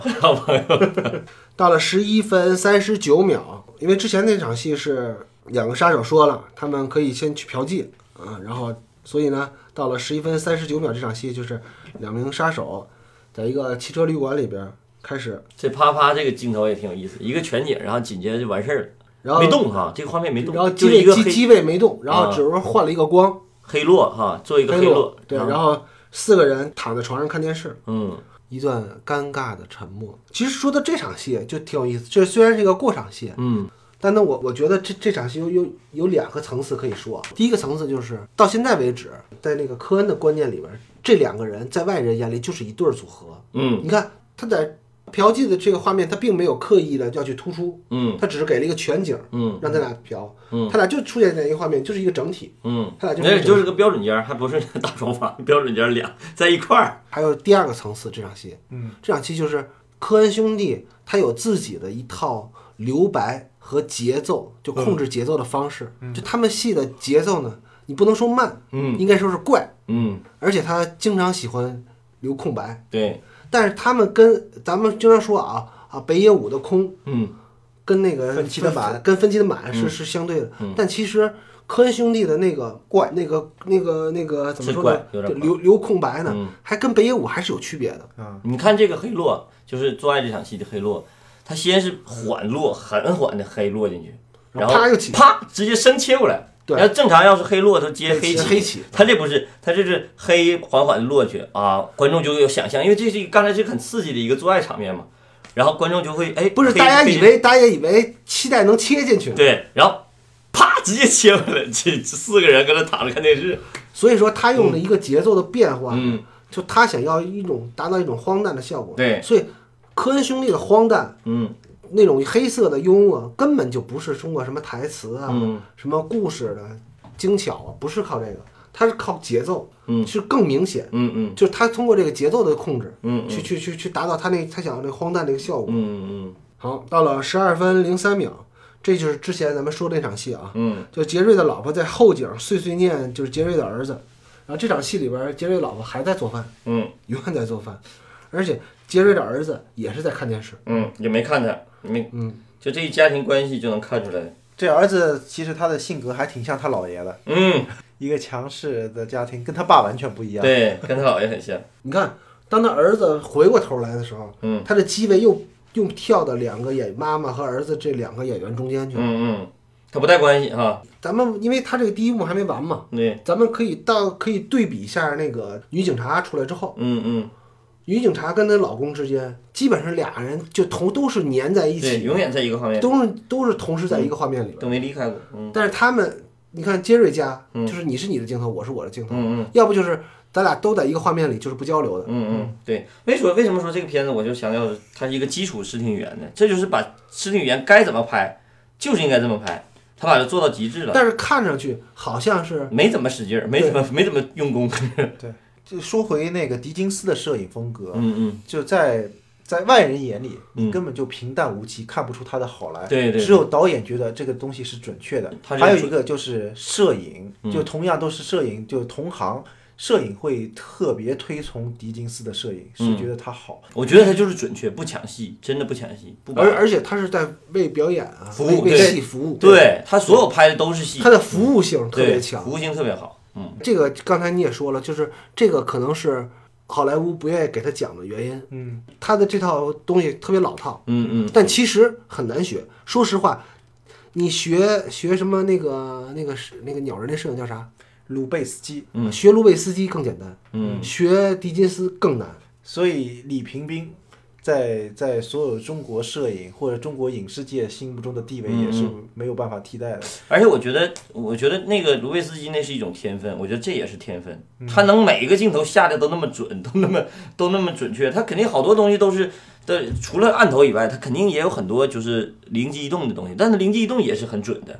到了十一分三十九秒，因为之前那场戏是两个杀手说了，他们可以先去嫖妓啊，然后所以呢，到了十一分三十九秒这场戏就是两名杀手在一个汽车旅馆里边开始，这啪啪这个镜头也挺有意思，一个全景，然后紧接着就完事儿然了，后没动哈，这个画面没动，然后机就是位一个机黑机位没动，然后啊只是换了一个光，黑落哈，做一个黑落，对，啊然后四个人躺在床上看电视，嗯一段尴尬的沉默。其实说到这场戏就挺有意思，这虽然是一个过场戏，嗯但呢，我我觉得这这场戏有有有两个层次可以说啊。第一个层次就是到现在为止，在那个科恩的观念里边，这两个人在外人眼里就是一对儿组合。嗯你看他在嫖妓的这个画面，他并没有刻意的要去突出，嗯他只是给了一个全景，嗯让他俩嫖，嗯他俩就出现在一个画面，就是一个整体。嗯，他俩就是那就是个标准间儿，还不是大床房，标准间儿俩在一块儿，还有第二个层次，这场戏，嗯，这场戏就是科恩兄弟他有自己的一套留白和节奏，就控制节奏的方式。就他们戏的节奏呢，你不能说慢，嗯应该说是怪，嗯，而且他经常喜欢留空白。对，但是他们跟咱们经常说啊啊北野武的空嗯跟那个分歧的满跟分歧的满是、是相对的，嗯但其实科恩兄弟的那个怪那个那个那个怎么是说呢怪？有点就怪留留空白呢，嗯。还跟北野武还是有区别的。你看这个黑落，就是做爱这场戏的黑落，他先是缓落，很缓的黑落进去，然后啪又起啪直接生切过来。对然后正常要是黑落，他接黑切起，黑起他这不是，他这是黑缓缓的落去啊，观众就有想象，因为这是一个刚才是很刺激的一个做爱场面嘛，然后观众就会哎，不是黑大家以黑为大家以为期待能切进去，对，然后啪直接切过来，这这四个人搁那躺着看电视，所以说他用了一个节奏的变化，嗯就他想要一种达到一种荒诞的效果。对所以科恩兄弟的荒诞，嗯那种黑色的幽默，根本就不是通过什么台词啊、嗯什么故事的精巧啊，不是靠这个，他是靠节奏，嗯是更明显，嗯嗯就是他通过这个节奏的控制，嗯去去去去达到他那他想要那个荒诞的一个效果。嗯嗯好，到了十二分零三秒，这就是之前咱们说的那场戏啊。嗯就杰瑞的老婆在后景碎碎念，就是杰瑞的儿子。然后这场戏里边，杰瑞的老婆还在做饭，嗯永远在做饭，而且杰瑞的儿子也是在看电视。嗯，也没看他，没，嗯，就这一家庭关系就能看出来，这儿子其实他的性格还挺像他姥爷的，嗯，一个强势的家庭，跟他爸完全不一样。对，跟他姥爷很像，你看，当他儿子回过头来的时候，嗯他的机位又又跳到两个演妈妈和儿子这两个演员中间去。嗯嗯，他不带关系哈，咱们因为他这个第一幕还没完嘛，对，咱们可以到可以对比一下那个女警察出来之后，嗯嗯，女警察跟她老公之间基本上俩人就同都是粘在一对，起，永远在一个画面，都是都是同时在一个画面里边。都没离开过，嗯但是他们，你看杰瑞家，嗯就是你是你的镜头，我是我的镜头，嗯嗯。要不就是咱俩都在一个画面里，就是不交流的。嗯嗯，对，为什么为什么说这个片子我就强调它是一个基础视听语言呢？这就是把视听语言该怎么拍，就是应该这么拍，他把它做到极致了，但是看上去好像是没怎么使劲儿，没怎么没怎么用功。就说回那个狄金斯的摄影风格，嗯就在在外人眼里，嗯你根本就平淡无奇，看不出他的好来。对对只有导演觉得这个东西是准确的。他这个还有准嗯一个就是摄影，就同样都是摄影，就同行。摄影会特别推崇狄金斯的摄影，是觉得他好嗯，，我觉得他就是准确，不抢戏，真的不抢戏，不把而而且他是在为表演啊，服务为为对戏服务，对他所有拍的都是戏他，的服务性特对，别强服。务性特别好。嗯这个刚才你也说了，就是这个可能是好莱坞不愿意给他讲的原因。嗯，他的这套东西特别老套，嗯嗯，但其实很难学。说实话，你学学什么那个那个是那个鸟人那摄影叫啥？鲁贝斯基。嗯学卢贝斯基更简单，嗯，学狄金斯更难。所以李平冰在在所有中国摄影或者中国影视界心目中的地位也是嗯没有办法替代的。而且我觉得，我觉得那个卢贝斯基那是一种天分，我觉得这也是天分。嗯 他能每一个镜头下的都那么准，都那么都那么准确，他肯定好多东西都是但除了案头以外，他肯定也有很多就是灵机一动的东西，但是灵机一动也是很准的。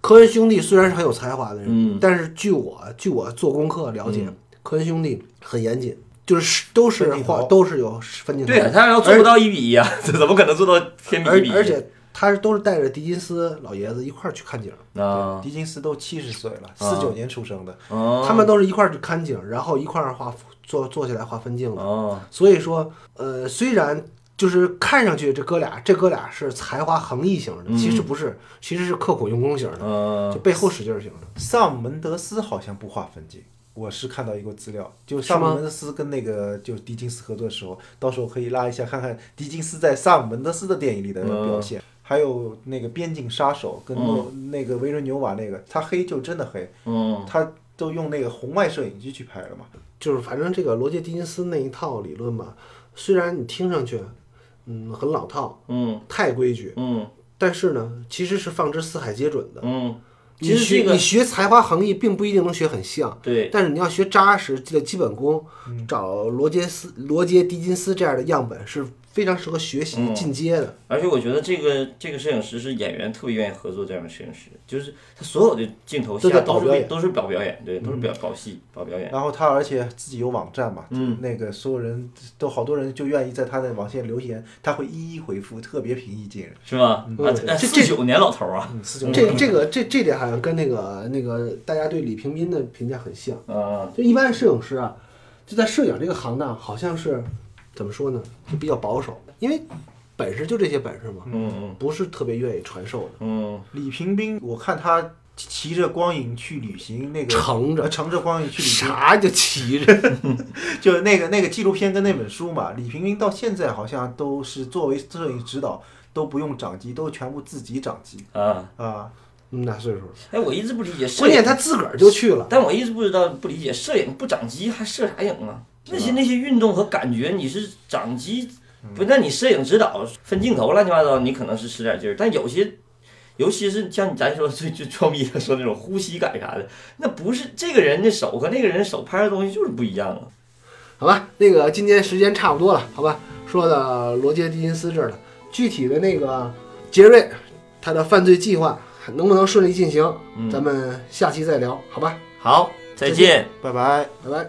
科恩兄弟虽然是很有才华的人，嗯但是据我据我做功课了解，科恩兄弟很严谨，就是都是分镜头画都是有分镜头对啊，的，他要做不到一比一啊，这怎么可能做到天比一比啊而一？而且他是都是带着狄金斯老爷子一块儿去看景儿，啊，狄金斯都七十岁了，四九年出生的，哦他们都是一块儿去看景儿，然后一块儿画坐坐下来画分镜的。哦，所以说，呃，虽然就是看上去这哥俩这哥俩是才华横溢型的，其实不是，其实是刻苦用功型的，嗯就背后使劲儿型的。萨姆门德斯好像不画分镜，我是看到一个资料，就是萨姆吗门德斯跟那个就狄金斯合作的时候，到时候可以拉一下看看狄金斯在萨姆门德斯的电影里的表现。还有那个《边境杀手》跟诺、那个维伦纽瓦那个，他黑就真的黑，嗯，他都用那个红外摄影机去拍了嘛。就是反正这个罗杰·狄金斯那一套理论吧，虽然你听上去，嗯，很老套，嗯太规矩，嗯但是呢，其实是放之四海皆准的。嗯，你其实这学个你学才华横溢，并不一定能学很像。对，但是你要学扎实这个基本功，找罗杰斯、罗杰·狄金斯这样的样本是非常适合学嗯习进阶的。而且我觉得这个这个摄影师是演员特别愿意合作这样的摄影师，就是他所有的镜头都下在都搞是表为演嗯都是搞表演，对，都是表搞戏、搞表演。然后他而且自己有网站嘛，嗯，那个所有人都好多人就愿意在他的网线留言，他会一一回复，特别平易近人。是吧？嗯啊，这四九年老头儿啊，嗯，四九年这这个这这点好像跟那个那个大家对李平斌的评价很像。啊，就一般摄影师啊，就在摄影这个行当，好像是怎么说呢，就比较保守，因为本事就这些本事嘛，嗯不是特别愿意传授的。嗯嗯，李平斌，我看他骑着光影去旅行，那个乘着呃乘着光影去旅行，啥就骑着，就那个那个纪录片跟那本书嘛。李平斌到现在好像都是作为摄影指导，都不用掌机，都全部自己掌机啊，啊。嗯，那岁数了，哎，我一直不理解摄关影键，他自个儿就去了。但我一直不知道不理解摄影不长肌还摄啥影啊？那些那些运动和感觉，你是长肌，不但你摄影指导分镜头乱七八糟，你可能是使点劲儿，但有些。尤其是像咱说最最装逼的说那种呼吸感啥的，那不是这个人的手和那个人的手拍的东西就是不一样啊。好吧，那个今天时间差不多了，好吧，说到罗杰·狄金斯这儿了，具体的那个杰瑞他的犯罪计划能不能顺利进行，嗯咱们下期再聊，好吧，好，再再见。拜拜。拜拜。